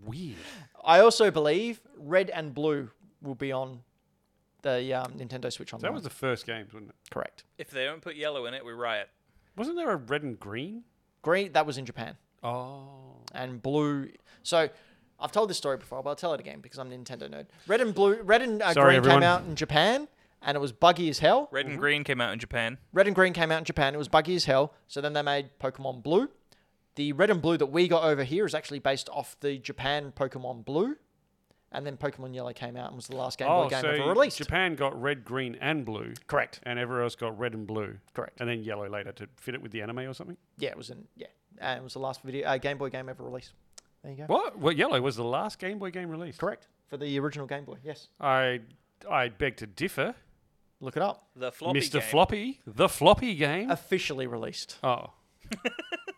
Weird. I also believe Red and Blue will be on the um, Nintendo Switch Online. That was the first game, wasn't it? correct. If they don't put yellow in it, we riot. Wasn't there a red and green? Green, that was in Japan. Oh. and blue. So I've told this story before, but I'll tell it again because I'm a Nintendo nerd. Red and blue, red and uh, Sorry, green everyone. came out in Japan, and it was buggy as hell. Red and Mm-hmm. green came out in Japan. Red and green came out in Japan, it was buggy as hell. So then they made Pokemon Blue. The red and blue that we got over here is actually based off the Japan Pokemon Blue, and then Pokemon Yellow came out and was the last Game Boy oh, game so ever released. Japan got red, green, and blue, Correct. and everywhere else got red and blue, Correct. and then yellow later to fit it with the anime or something. Yeah, it was in yeah, and it was the last video uh, Game Boy game ever released. There you go. What? Well, yellow was the last Game Boy game released. Correct for the original Game Boy. Yes, I I beg to differ, look it up. The floppy Mr. game. Floppy. The floppy game. Officially released. oh.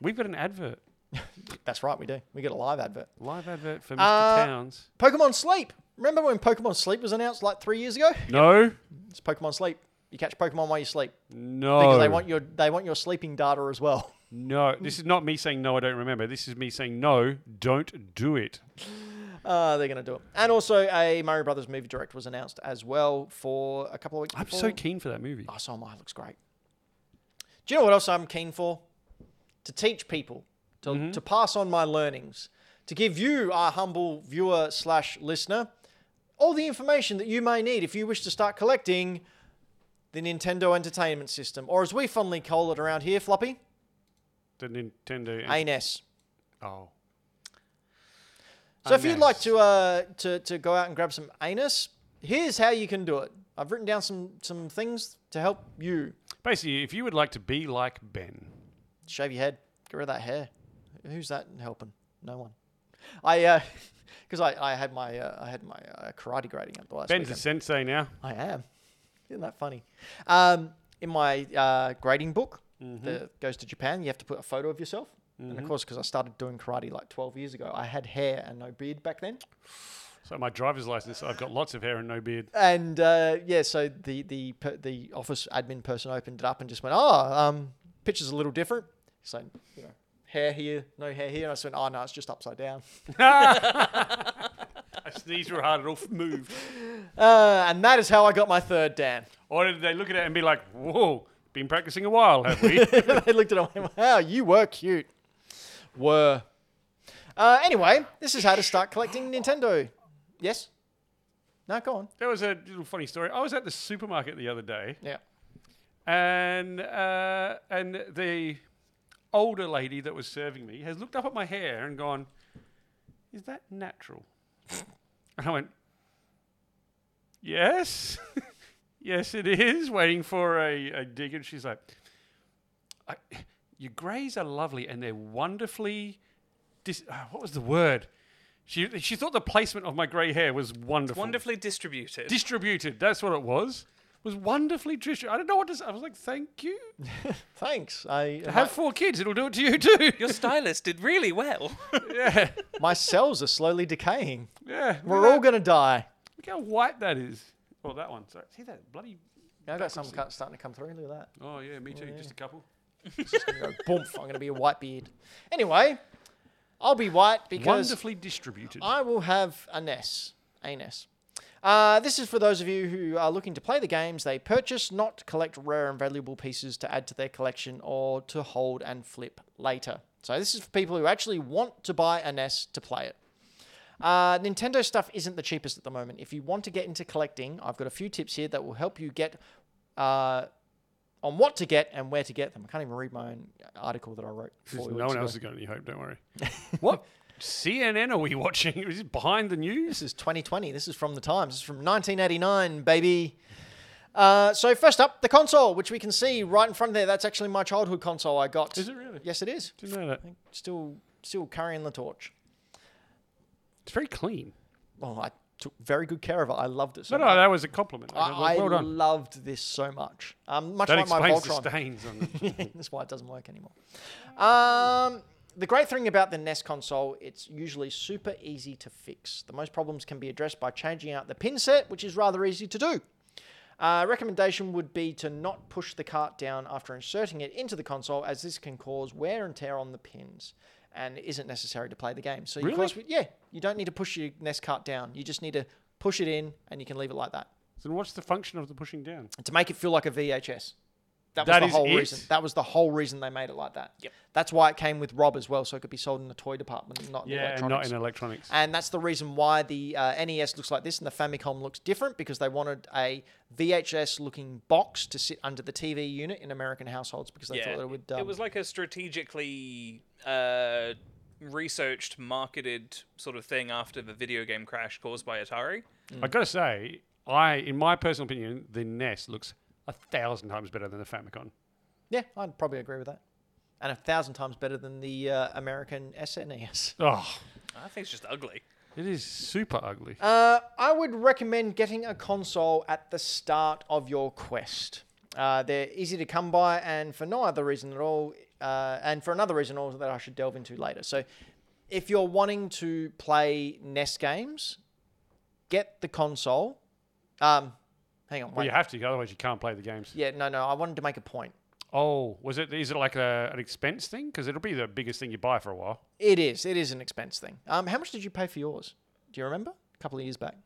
We've got an advert, That's right, we do. We get a live advert. live advert for Mr. Uh, Towns. Pokemon Sleep. Remember when Pokemon Sleep was announced like three years ago? No, It's Pokemon Sleep. You catch Pokemon while you sleep no, because they want your they want your sleeping data as well. no. This is not me saying no. I don't remember. This is me saying no. Don't do it. Uh, they're gonna do it. And also a Mario Brothers movie direct was announced as well for a couple of weeks. I'm before. so keen for that movie. Oh, so am I. Looks great. Do you know what else I'm keen for? To teach people, to, Mm-hmm. to pass on my learnings, to give you, our humble viewer slash listener, all the information that you may need if you wish to start collecting the Nintendo Entertainment System, or as we fondly call it around here, Floppy, E The Nintendo. ANES. oh, So if you'd like Anus. to uh to, to go out and grab some anus, here's how you can do it. I've written down some some things to help you basically, if you would like to be like Ben, shave your head, get rid of that hair. Who's that helping? No one. I uh, because I, I had my uh, I had my uh, karate grading up the last Ben's a weekend. sensei now. I am. Isn't that funny? Um, in my uh, grading book that goes to Japan, you have to put a photo of yourself. And of course, because I started doing karate like 12 years ago, I had hair and no beard back then. So my driver's license, I've got lots of hair and no beard. And uh, yeah, so the the per- the office admin person opened it up and just went, "Oh, um, picture's a little different." So you know, hair here, no hair here. And I just went, "Oh no, it's just upside down." I sneezed real hard, it all moved. Uh, and that is how I got my third Dan. Or did they look at it and be like, whoa, been practicing a while, have we? they looked at him and went, wow, you were cute. Were. Uh, anyway, this is how to start collecting Nintendo. Yes? No, go on. there was a little funny story. I was at the supermarket the other day Yeah. and uh, and the older lady that was serving me has looked up at my hair and gone, "Is that natural?" and I went, "Yes, yes, it is." Waiting for a, a dig, and she's like, I, "Your greys are lovely, and they're wonderfully dis- ah, what was the word?" She, she thought the placement of my grey hair was wonderful Wonderfully distributed. distributed. That's what it was. Was wonderfully distributed. I don't know what to say. I was like, thank you. Thanks. I Have my, four kids. It'll do it to you too. Your stylist did really well. yeah, my cells are slowly decaying. yeah. We're all going to die. Look how white that is. Oh, that one. Sorry. See that bloody. Now I've got some cut starting to come through. Look at that. Oh yeah, me too. Just a couple. It's gonna go boomf. I'm going to be a white beard. Anyway, I'll be white because Wonderfully distributed. I will have a NES. A NES. Uh, this is for those of you who are looking to play the games they purchase, not collect rare and valuable pieces to add to their collection or to hold and flip later. So this is for people who actually want to buy a NES to play it. Uh, Nintendo stuff isn't the cheapest at the moment. If you want to get into collecting, I've got a few tips here that will help you get uh, on what to get and where to get them. I can't even read my own article that I wrote. no four one weeks ago. else has got any hope. Don't worry. what CNN are we watching? Is it behind the news? This is 2020. This is from the Times. This is from 1989, baby. Uh, so first up, the console, which we can see right in front of there. That's actually my childhood console I got. Is it really? Yes, it is. Didn't know that. Still, still carrying the torch. It's very clean. Well, I took very good care of it. I loved it. So No, no, much. that was a compliment. I was I, like, well I done. loved this so much. Um, much That like my explains the Voltron. stains on. That's why it doesn't work anymore. Um, the great thing about the NES console, it's usually super easy to fix. The most problems can be addressed by changing out the pin set, which is rather easy to do. Uh, recommendation would be to not push the cart down after inserting it into the console, as this can cause wear and tear on the pins and isn't necessary to play the game. So, Really? of course, yeah, you don't need to push your NES cart down. You just need to push it in and you can leave it like that so what's the function of the pushing down? to make it feel like a VHS. That was That the is whole it? reason. That was the whole reason they made it like that. Yep. That's why it came with Rob as well, so it could be sold in the toy department, and not in Yeah, and electronics. not in electronics. and that's the reason why the uh, NES looks like this and the Famicom looks different because they wanted a VHS looking box to sit under the TV unit in American households because they yeah, thought it would. Um, it was like a strategically uh, researched, marketed sort of thing after the video game crash caused by Atari. I gotta say, I, in my personal opinion, the NES looks a thousand times better than the Famicom. yeah, I'd probably agree with that. And a thousand times better than the uh, American E SNES. Oh, I think it's just ugly. it is super ugly. Uh, I would recommend getting a console at the start of your quest. Uh, they're easy to come by, and for no other reason at all, uh, and for another reason also that I should delve into later. So, if you're wanting to play NES games, get the console. Um, hang on, well, wait. you have to, otherwise you can't play the games. yeah, no, no. I wanted to make a point. Oh, was it? Is it like a, an expense thing? Because it'll be the biggest thing you buy for a while. It is. It is an expense thing. Um, how much did you pay for yours? Do you remember? A couple of years back.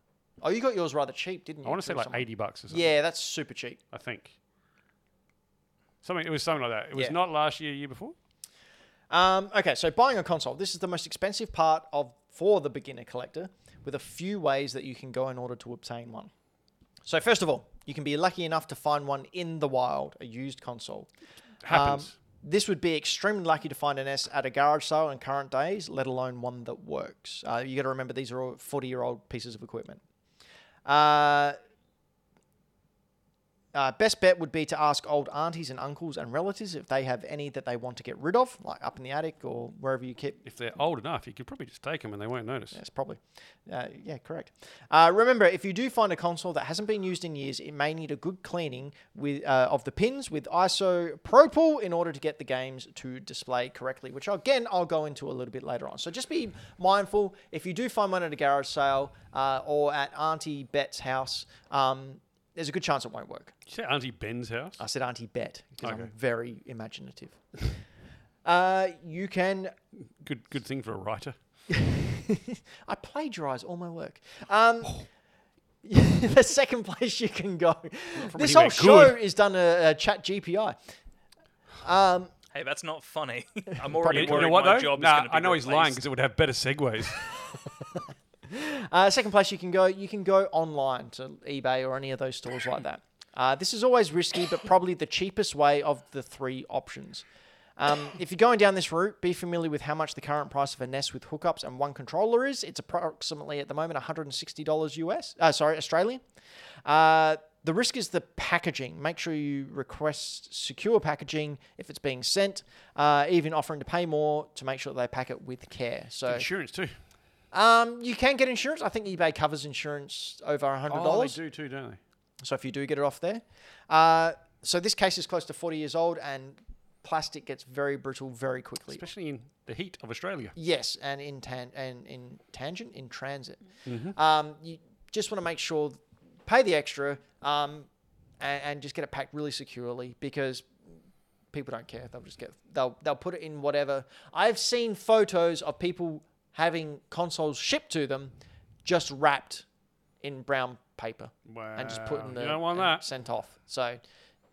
Oh, you got yours rather cheap, didn't you? I want to say Through like someone. eighty bucks or something. Yeah, that's super cheap. I think. Something. It was something like that. It was Yeah. not last year, year before. Um, okay, so buying a console. This is the most expensive part of for the beginner collector, with a few ways that you can go in order to obtain one. So first of all, you can be lucky enough to find one in the wild, a used console. Happens. Um, this would be extremely lucky to find an S at a garage sale in current days, let alone one that works. Uh, you got to remember these are all forty-year-old pieces of equipment. Uh, Uh, best bet would be to ask old aunties and uncles and relatives if they have any that they want to get rid of, like up in the attic or wherever you keep If they're old enough, you could probably just take them and they won't notice. Yes, probably. Uh, yeah, correct. Uh, remember, if you do find a console that hasn't been used in years, it may need a good cleaning with uh, of the pins with isopropyl in order to get the games to display correctly. Which again, I'll go into a little bit later on. So just be mindful if you do find one at a garage sale uh, or at Auntie Bet's house. Um, there's a good chance it won't work. Did you say Auntie Ben's house? I said Auntie Bet because I'm Okay. very imaginative. uh, you can Good, good thing for a writer. I plagiarize all my work. Um, the second place you can go. This whole anywhere show good. is done a, a chat GPI. Um, Hey, that's not funny. I'm already You worried know what my though? job is Nah, going to be I know he's lying replaced. because it would have better segues. uh, second place you can go. You can go online to eBay or any of those stores like that. Uh, this is always risky, but probably the cheapest way of the three options. Um, if you're going down this route, be familiar with how much the current price of a NES with hookups and one controller is. It's approximately at the moment $160 US. Uh, sorry, Australian. Uh, the risk is the packaging. Make sure you request secure packaging if it's being sent, uh, even offering to pay more to make sure that they pack it with care. So Insurance too. um, you can get insurance. I think eBay covers insurance over hundred Oh, they dollars. do too, don't they? so if you do get it off there, uh, so this case is close to forty years old, and plastic gets very brittle very quickly. Especially in the heat of Australia. Yes, and in tan- and in tangent in transit. Um, you just want to make sure pay the extra um, and, and just get it packed really securely because people don't care. They'll just get they'll they'll put it in whatever. I've seen photos of people having consoles shipped to them just wrapped in brown paper Wow. and just putting the Uh, you don't want and that. sent off. So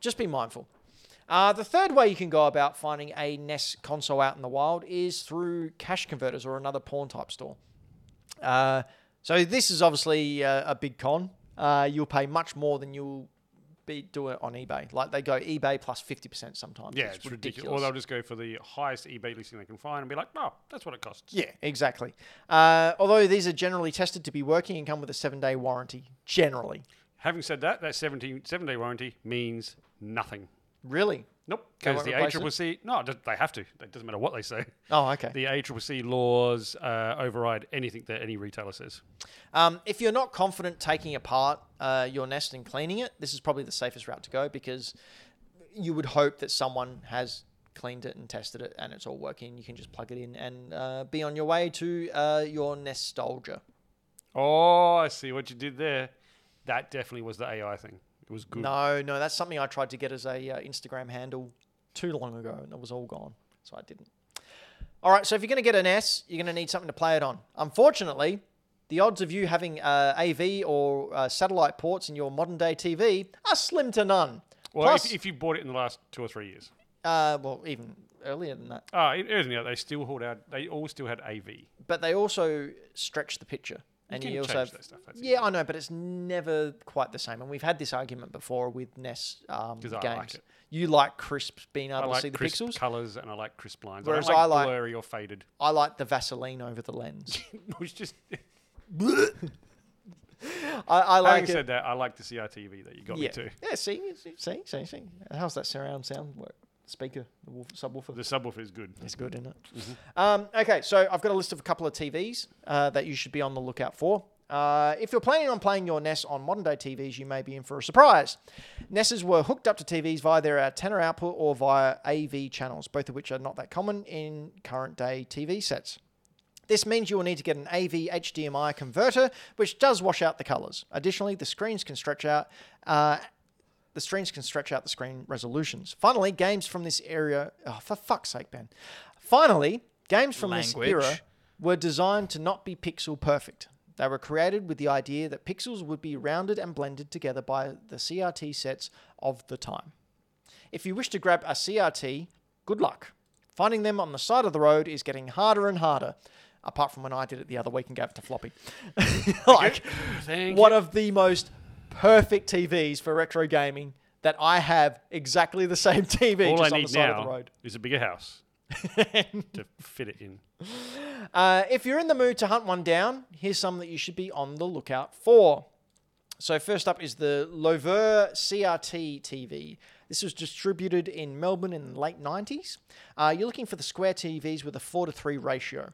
just be mindful. Uh, the third way you can go about finding a NES console out in the wild is through cash converters or another pawn type store. Uh, so this is obviously a, a big con. Uh, you'll pay much more than you'll be doing on eBay. Like they go eBay plus fifty percent sometimes. Yeah, it's, ridiculous. Or they'll just go for the highest eBay listing they can find and be like, no, that's what it costs. Yeah, exactly. Uh, although these are generally tested to be working and come with a seven day warranty. Generally, Having said that, that 17, seven day warranty means nothing. really. Nope. They won't Because the replace it? ACCC, no, it doesn't- they have to. It doesn't matter what they say. Oh, okay. The ACCC laws uh, override anything that any retailer says. Um, if you're not confident taking apart uh, your nest and cleaning it, this is probably the safest route to go because you would hope that someone has cleaned it and tested it and it's all working. You can just plug it in and uh, be on your way to uh, your nostalgia. Oh, I see what you did there. That definitely was the AI thing. It was good. No, no, that's something I tried to get as a uh, Instagram handle too long ago, and it was all gone, so I didn't. All right, so if you're going to get an S, you're going to need something to play it on. Unfortunately, the odds of you having uh, AV or uh, satellite ports in your modern day TV are slim to none. Well, Plus, if, if you bought it in the last two or three years. uh, well, even earlier than that, Ah, it isn't it? They still hold out. They all still had AV. but they also stretch the picture, and you, can also change that stuff, that's yeah, I know, but it's never quite the same. And we've had this argument before with NES um, 'Cause games. I like it. You like crisp being able I to like see the crisp pixels. colors and I like crisp lines. Whereas I don't like I like- blurry or faded. I like the Vaseline over the lens. It was just. I, I Having like it. said that, I like the CRTV that you got Yeah. me to. yeah, see, see, see, see, see. How's that surround sound work? Speaker, the wolf, subwoofer. The subwoofer is good. It's good, isn't it? Mm-hmm. Um, okay, so I've got a list of a couple of TVs uh, that you should be on the lookout for. Uh, if you're planning on playing your NES on modern day TVs, you may be in for a surprise. NESs were hooked up to TVs via their antenna output or via AV channels, both of which are not that common in current day TV sets. This means you will need to get an AV HDMI converter, which does wash out the colors. Additionally, the screens can stretch out. Uh, the screens can stretch out the screen resolutions. Finally, games from this area. Oh, for fuck's sake, Ben. Finally, games from Language. this era were designed to not be pixel perfect. They were created with the idea that pixels would be rounded and blended together by the CRT sets of the time. If you wish to grab a CRT, good luck. Finding them on the side of the road is getting harder and harder. Apart from when I did it the other week and gave it to floppy. like Thank one of the most perfect TVs for retro gaming that I have exactly the same TV All I just on need the side now of the road. is a bigger house to fit it in. Uh, if you're in the mood to hunt one down, here's some that you should be on the lookout for. So first up is the Lover CRT TV. This was distributed in Melbourne in the late 90s. Uh, you're looking for the square TVs with a 4 to 3 ratio.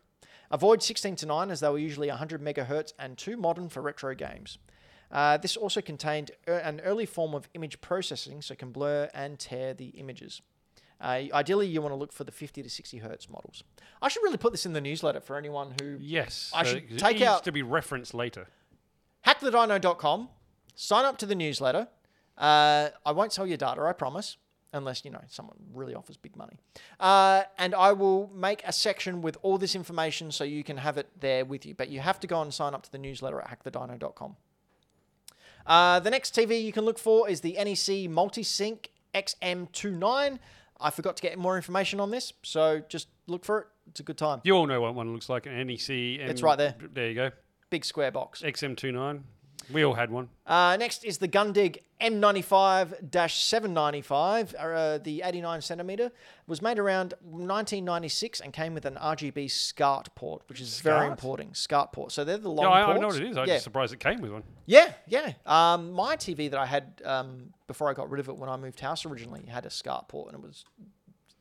Avoid 16 to 9 as they were usually 100 megahertz and too modern for retro games. Uh, this also contained er- an early form of image processing, so can blur and tear the images. Uh, ideally, you want to look for the 50 to 60 hertz models. I should really put this in the newsletter for anyone who Yes, I so should it- 'cause it take needs out- to be referenced later. hackthedino.com, sign up to the newsletter. Uh, I won't sell your data, I promise, unless, you know, someone really offers big money. Uh, and I will make a section with all this information so you can have it there with you. But you have to go and sign up to the newsletter at hackthedino.com. Uh, the next TV you can look for is the NEC Multisync XM29. I forgot to get more information on this, so just look for it. It's a good time. You all know what one looks like. An NEC. M- It's right there. There you go. Big square box. XM29. We all had one. Uh, next is the Gundig M95 795, uh, the 89 centimeter. It was made around 1996 and came with an RGB SCART port, which is very SCART? important. SCART port. So they're the long Yeah, I, I ports. know what it is. I'm yeah. just surprised it came with one. yeah, yeah. Um, my TV that I had um, before I got rid of it when I moved house originally had a SCART port, and it was,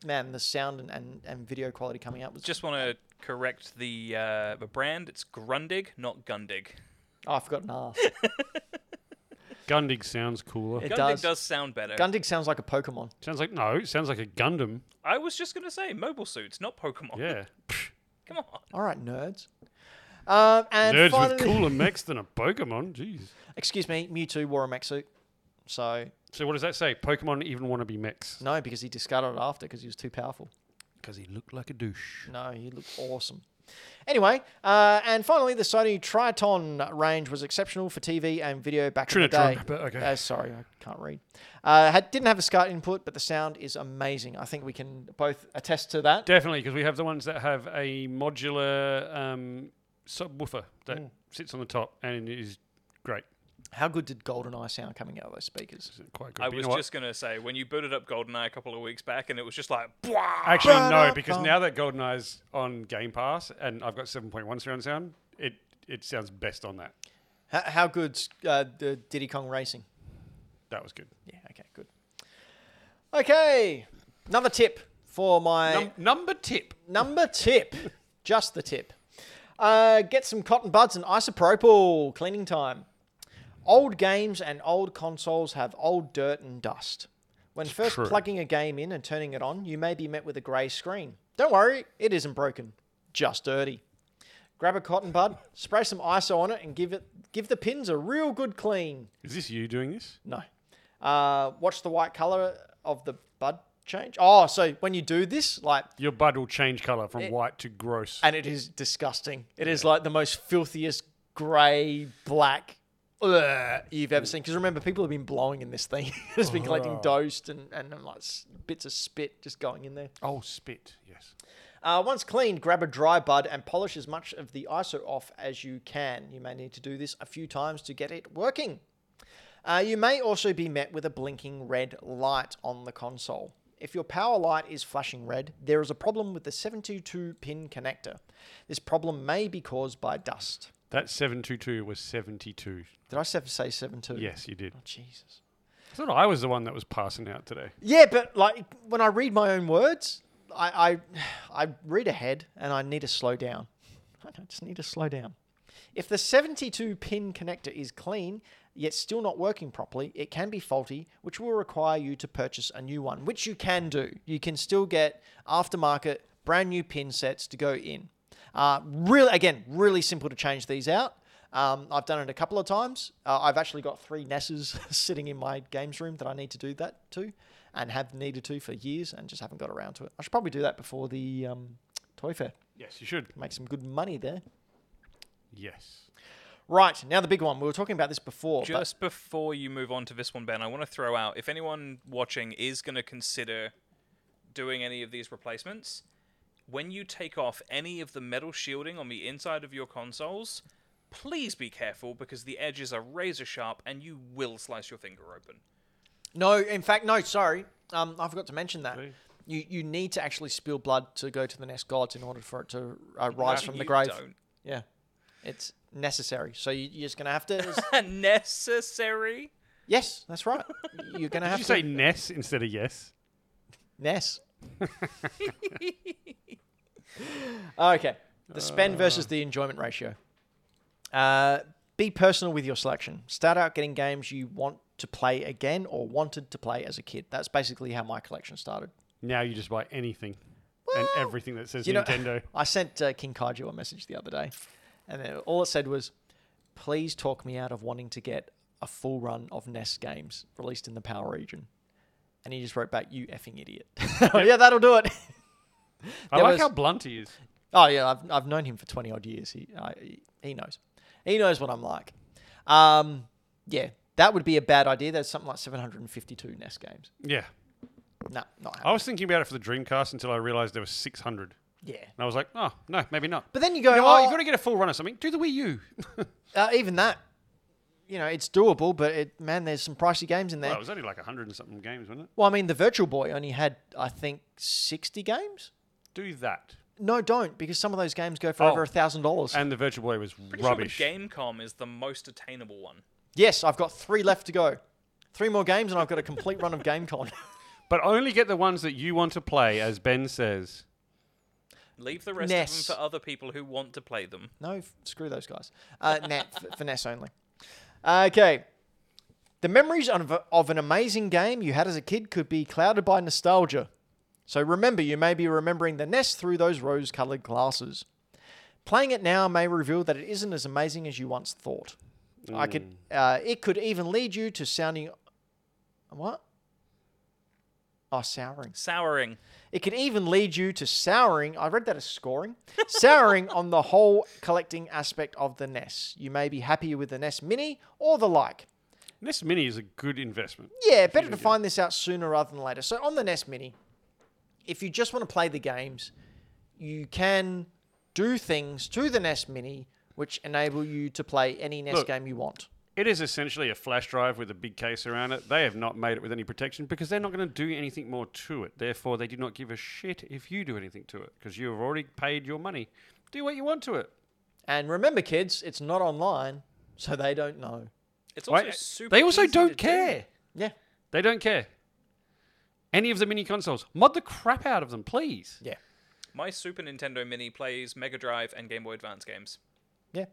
man, the sound and, and, and video quality coming out was Just want to correct the uh, the brand. It's Grundig, not Gundig. Oh, I forgot an R. Gundig sounds cooler. It Gundig does. does. sound better. Gundig sounds like a Pokemon. Sounds like no. It sounds like a Gundam. I was just gonna say mobile suits, not Pokemon. Yeah. Come on. All right, nerds. Um, and Nerds finally, with cooler mechs than a Pokemon. Jeez. Excuse me, Mewtwo wore a mech suit. So, So what does that say? Pokemon even want to be mechs? no, because he discarded it after because he was too powerful. Because he looked like a douche. No, he looked awesome. Anyway, uh, and finally, the Sony Triton range was exceptional for TV and video back in Trinitron, the day. but okay. Uh, sorry, I can't read. Uh, had, didn't have a SCART input, but the sound is amazing. I think we can both attest to that. Definitely, because we have the ones that have a modular um, subwoofer that sits on the top and it is great. How good did GoldenEye sound coming out of those speakers? It's quite good. I But you was know what? just gonna say when you booted up GoldenEye a couple of weeks back, and it was just like, Bwah! Actually, no, Ba-da-bum. because now that GoldenEye's on Game Pass and I've got 7.1 surround sound, it it sounds best on that. How, how good's uh, the Diddy Kong Racing? That was good. Yeah, okay, good. Okay, another tip for my. Num- number tip. Number tip, just the tip. Uh, get some cotton buds and isopropyl. Cleaning time. Old games and old consoles have old dirt and dust. When first True. plugging a game in and turning it on, you may be met with a grey screen. Don't worry, it isn't broken, just dirty. Grab a cotton bud, spray some ISO on it, and give it give the pins a real good clean. Is this you doing this? No. Uh, watch the white color of the bud change. Oh, so when you do this, like Your bud will change colour from white to gross. and it is disgusting. It is like the most filthiest grey black ugh, you've ever seen. Because remember, people have been blowing in this thing. it's been collecting dust and and like s- bits of spit just going in there. Oh, spit. Yes. Uh, once cleaned, grab a dry bud and polish as much of the ISO off as you can. You may need to do this a few times to get it working. Uh, you may also be met with a blinking red light on the console. If your power light is flashing red, there is a problem with the 72 pin connector. This problem may be caused by dust. That 722 was 72. Did I se- say 72? Yes, you did. Oh, Jesus. I thought I was the one that was passing out today. Yeah, but like when I read my own words, I I, I read ahead and I need to slow down. I don't- just need to slow down. If the 72 pin connector is clean yet still not working properly, it can be faulty, which will require you to purchase a new one, which you can do. You can still get aftermarket brand new pin sets to go in. Uh, really, again, really simple to change these out. Um, I've done it a couple of times. Uh, I've actually got three NESs sitting in my games room that I need to do that to, and have needed to for years, and just haven't got around to it. I should probably do that before the um, toy fair. Yes, you should. Make some good money there. Yes. Right, now the big one. We were talking about this before. but- Just before you move on to this one, Ben, I want to throw out if anyone watching is going to consider doing any of these replacements, when you take off any of the metal shielding on the inside of your consoles, please be careful because the edges are razor sharp and you will slice your finger open. No, in fact, no. Sorry, um, I forgot to mention that. See? You you need to actually spill blood to go to the next gods in order for it to uh, rise No, from the you grave. don't. Yeah, it's necessary. So you, you're just gonna have to. Necessary. yes, that's right. You're gonna Did have you to say Ness instead of yes? Ness. okay, the spend versus the enjoyment ratio. Uh, be personal with your selection. Start out getting games you want to play again or wanted to play as a kid. That's basically how my collection started. Now you just buy anything and everything that says You know, Nintendo. I sent uh, King Kaiju a message the other day, and then all it said was, "Please talk me out of wanting to get a full run of NES games released in the Power region." And he just wrote back, "You effing idiot." Oh, yeah, that'll do it. I there like was- how blunt he is. Oh yeah, I've I've known him for twenty odd years. He I, he knows, he knows what I'm like. Um, yeah, that would be a bad idea. There's something like 752 NES E games. Yeah. No, not happening. I was thinking about it for the Dreamcast until I realized there was 600. Yeah, And I was like, oh, no, maybe not. but then you go, You know oh, what? You've got to get a full run of something. Do the Wii U. uh, even that, you know, it's doable. But it, man, there's some pricey games in there. well, it was only like 100 and something games, wasn't it? Well, I mean, the Virtual Boy only had, I think, 60 games? Do that. No, don't, because some of those games go for Oh. over a $1,000. And the Virtual Boy was Pretty rubbish. sure the Gamecom is the most attainable one. yes, I've got three left to go. Three more games, and I've got a complete run of GameCon. But only get the ones that you want to play, as Ben says. Leave the rest Ness. of them for other people who want to play them. no, f- screw those guys. Uh, nah, f- for NES only. Okay. The memories of, of an amazing game you had as a kid could be clouded by nostalgia. So remember, you may be remembering the NES through those rose colored glasses. Playing it now may reveal that it isn't as amazing as you once thought. I could, uh, it could even lead you to sounding, what? Oh, souring. Souring. It could even lead you to souring. I read that as scoring. Souring on the whole collecting aspect of the NES. You may be happier with the NES Mini or the like. Ness Mini is a good investment. Yeah, better to find this out sooner rather than later. So on the NES Mini, if you just want to play the games, you can do things to the NES Mini which enable you to play any NES Look. game you want. It is essentially a flash drive with a big case around it. They have not made it with any protection because they're not going to do anything more to it. Therefore, they do not give a shit if you do anything to it because you have already paid your money. Do what you want to it. And remember, kids, it's not online, so they don't know. It's also Right? super. They also easy to don't do. care. Yeah, They don't care. Any of the mini consoles, mod the crap out of them, please. yeah, My Super Nintendo Mini plays Mega Drive and Game Boy Advance games. yeah.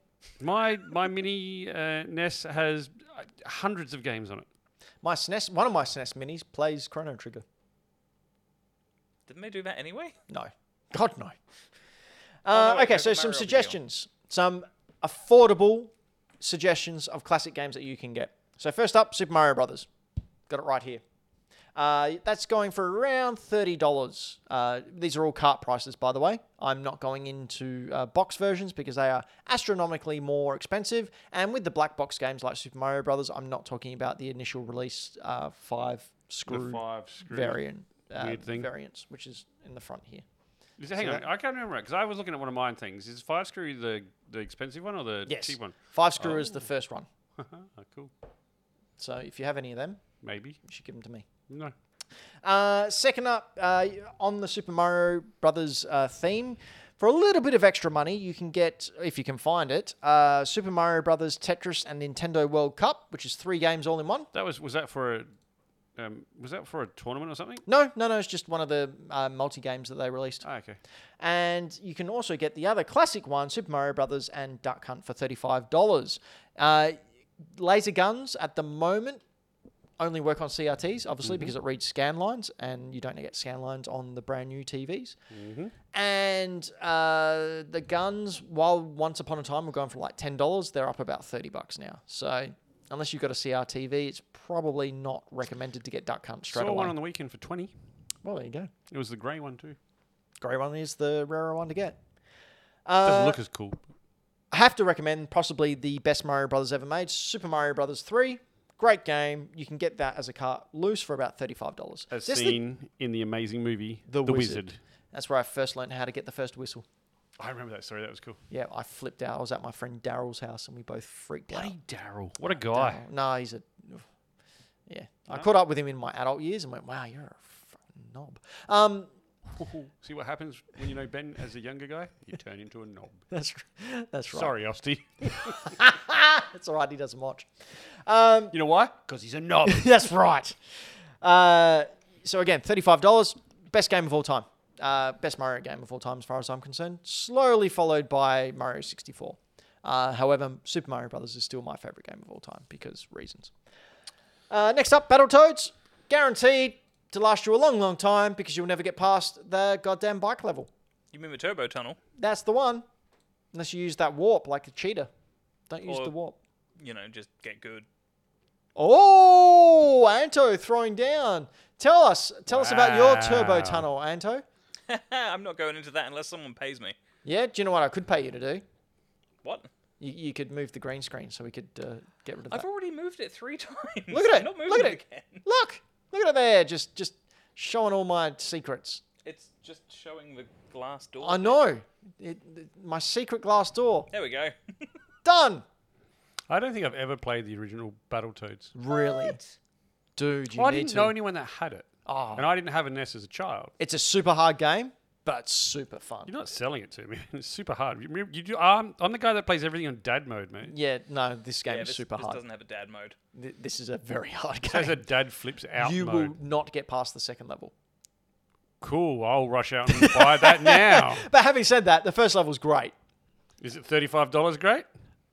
My my mini uh, NES has uh, hundreds of games on it. My SNES, one of my SNES minis plays Chrono Trigger. Didn't they do that anyway? No, God no. no, Uh, wait, okay, Paper so some Mario RPG. suggestions, some affordable suggestions of classic games that you can get. So first up, Super Mario Brothers. Got it right here. Uh, that's going for around thirty dollars. Uh, these are all cart prices, by the way. I'm not going into uh, box versions because they are astronomically more expensive. And with the black box games like Super Mario Brothers, I'm not talking about the initial release uh, five screw five screw. variant uh, weird thing. variants, which is in the front here. Is it- hang on, I can't remember because I was looking at one of mine things. Is five screw the the expensive one or the Yes. cheap one? Five screw is the first one. Oh, cool. So if you have any of them, Maybe you should give them to me. no. Uh, second up, uh, on the Super Mario Brothers uh, theme, for a little bit of extra money, you can get, if you can find it, uh, Super Mario Brothers, Tetris, and Nintendo World Cup, which is three games all in one. That was was that for a um, was that for a tournament or something? No, no, no, it's just one of the uh, multi games that they released. Ah, okay. And you can also get the other classic one, Super Mario Brothers and Duck Hunt for $35. Uh, laser guns at the moment only work on CRTs, Mm-hmm. obviously, because it reads scan lines and you don't get scan lines on the brand new TVs. Mm-hmm. And uh, the guns, while once upon a time were going for like $10, they're up about 30 bucks now. So unless you've got a CRTV, it's probably not recommended to get Duck Hunt straight Saw away. one on the weekend for twenty. well, there you go. It was the grey one too. Grey one is the rarer one to get. Doesn't Uh, look as cool. I have to recommend possibly the best Mario Brothers ever made, Super Mario Brothers 3. Great game. You can get that as a cart loose for about $35. As This is the- seen in the amazing movie The The, Wizard. Wizard. that's where I first learned how to get the first whistle. I remember that story. That was cool. Yeah, I flipped out. I was at my friend Daryl's house and we both freaked out. Hey, Daryl, what a guy! Daryl- No, he's a. Yeah. I caught up with him in my adult years and went, wow, you're a fucking knob. Um, See what happens when you know Ben as a younger guy? You turn into a knob. That's that's right. Sorry, Osty. It's all right. He doesn't watch. Um, You know why? Because he's a knob. that's right. Uh, so again, thirty-five dollars. Best game of all time. Uh, best Mario game of all time, as far as I'm concerned. Slowly followed by Mario sixty-four. Uh, however, Super Mario Brothers is still my favorite game of all time because reasons. Uh, next up, Battletoads. Guaranteed to last you a long, long time because you'll never get past the goddamn bike level. You mean the turbo tunnel? That's the one. Unless you use that warp like a cheetah. Don't use Or- the warp. You know, just get good. Oh, Anto throwing down. Tell us, tell us about your turbo Wow. tunnel, Anto. I'm not going into that unless someone pays me. Yeah, do you know what I could pay you to do? What? You, you could move the green screen so we could uh, get rid of that. I've already moved it three times. Look at I'm it. Not moving Look at it. it. Again. Look, look at it there. Just, just showing all my secrets. It's just showing the glass door. I know. It, it- my secret glass door. There we go. Done. I don't think I've ever played the original Battletoads. Really, dude. You I need didn't to. know anyone that had it. Oh. And I didn't have a NES as a child. It's a super hard game, but super fun. You're not selling it to me. It's super hard. You, you do, I'm, I'm the guy that plays everything on dad mode, mate. Yeah, no, this game yeah, is this, super this hard. doesn't have a dad mode. Th- This is a very hard As a game. dad flips out You mode. will not get past the second level. Cool. I'll rush out and buy that now. But having said that, the first level's great. Is it thirty-five dollars? Great.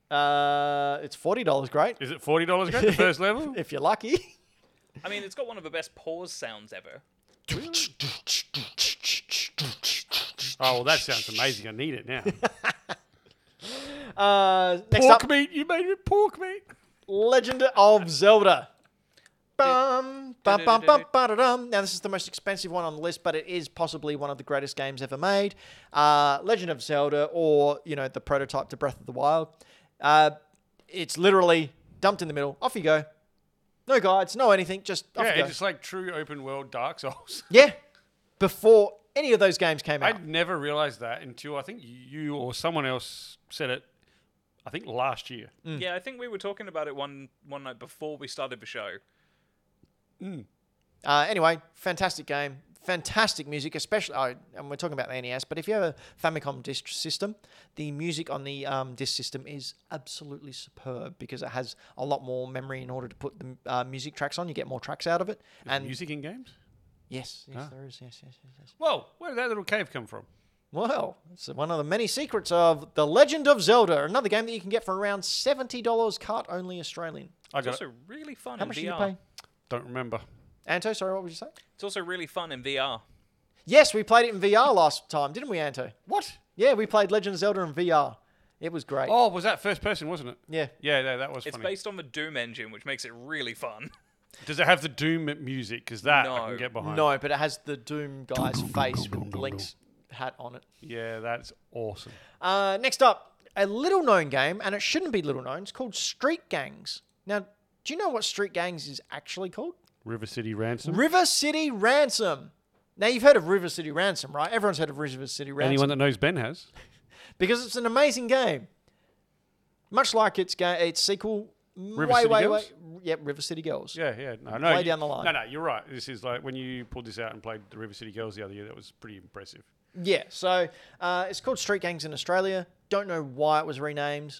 Uh, it's forty dollars, great Is it forty dollars? Great. The first level. if you're lucky. I mean, it's got one of the best pause sounds ever. Oh, well, that sounds amazing. I need it now. Uh, next pork up, meat. You made it pork meat. Legend of Zelda. Bum, bum, bum, bum, ba-da-dum. Now this is the most expensive one on the list, but it is possibly one of the greatest games ever made. Uh, Legend of Zelda, or you know the prototype to Breath of the Wild. Uh, it's literally dumped in the middle. Off you go. No guides, no anything. Just off Yeah, you go. it's just like true open world Dark Souls. Yeah. Before any of those games came out. I never realized that until I think you or someone else said it. I think last year. Yeah, I think we were talking about it one one night before we started the show. Uh, anyway, fantastic game, fantastic music, especially. Oh, and we're talking about the NES, but if you have a Famicom disc system, the music on the um, disc system is absolutely superb because it has a lot more memory in order to put the uh, music tracks on. You get more tracks out of it. and Music Ah. in games. yes, yes, there is. Yes, yes, yes, yes. Whoa, where did that little cave come from? Well, it's one of the many secrets of The Legend of Zelda, another game that you can get for around seventy dollars, cart only Australian. I It's got. also really fun How in much VR. did you pay? Don't remember. Anto, sorry, what would you say? It's also really fun in VR. Yes, we played it in VR last time, didn't we, Anto? What? Yeah, we played Legend of Zelda in VR. It was great. Oh, was that first person, wasn't it? Yeah. Yeah, yeah that was It's funny. based on the Doom engine, which makes it really fun. Does it have the Doom music? Because that I No. can get behind. No, but it has the Doom guy's face with Blink's hat on it. Yeah, that's awesome. Uh, next up, a little known game, and it shouldn't be little known. It's called Street Gangs. Now, do you know what Street Gangs is actually called? River City Ransom. River City Ransom. Now, you've heard of River City Ransom, right? Everyone's heard of River City Ransom. Anyone that knows Ben has. because it's an amazing game. Much like its ga- its sequel, River way, City way, Girls? way. Yep, River City Girls. Yeah, yeah. No, no. Way you- down the line. No, no, you're right. This is like when you pulled this out and played the River City Girls the other year, that was pretty impressive. Yeah, so uh, it's called Street Gangs in Australia. Don't know why it was renamed.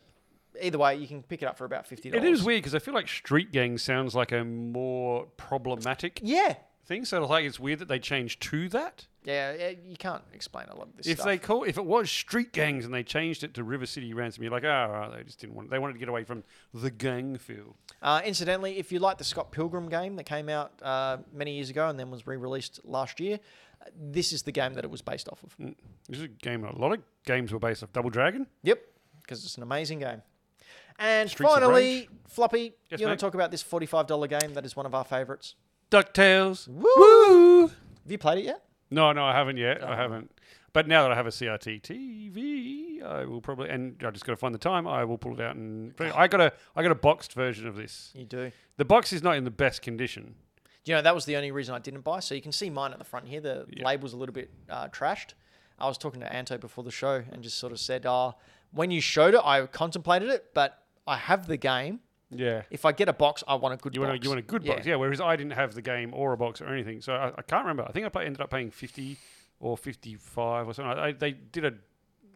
Either way, you can pick it up for about fifty It dollars. is weird because I feel like Street Gang sounds like a more problematic Yeah, thing. So like it's weird that they changed to that. yeah. yeah, You can't explain a lot of this If stuff. they call if it was Street Gangs and they changed it to River City Ransom, you're like, oh, all right, they just didn't want. They wanted to get away from the gang feel. uh, incidentally, if you like the Scott Pilgrim game that came out uh, many years ago and then was re-released last year, uh, this is the game that it was based off of. This is a game. A lot of games were based off Double Dragon. Yep, because it's an amazing game. And Streets of finally, Floppy, Yes, you want mate? to talk about this forty-five dollar game that is one of our favorites? Ducktales. Woo! Have you played it yet? No, no, I haven't yet. Oh. I haven't. But now that I have a CRT TV, I will probably and I just got to find the time. I will pull it out and I got a I got a boxed version of this. You do. The box is not in the best condition. You know, that was the only reason I didn't buy. So you can see mine at the front here. The label's a little bit uh, trashed. I was talking to Anto before the show and just sort of said, uh, when you showed it, I contemplated it, but I have the game. Yeah. If I get a box, I want a good You box. want, a, you want a good box, yeah. Whereas I didn't have the game or a box or anything, so I, I can't remember. I think I pay, ended up paying fifty or fifty five or something. I, they did a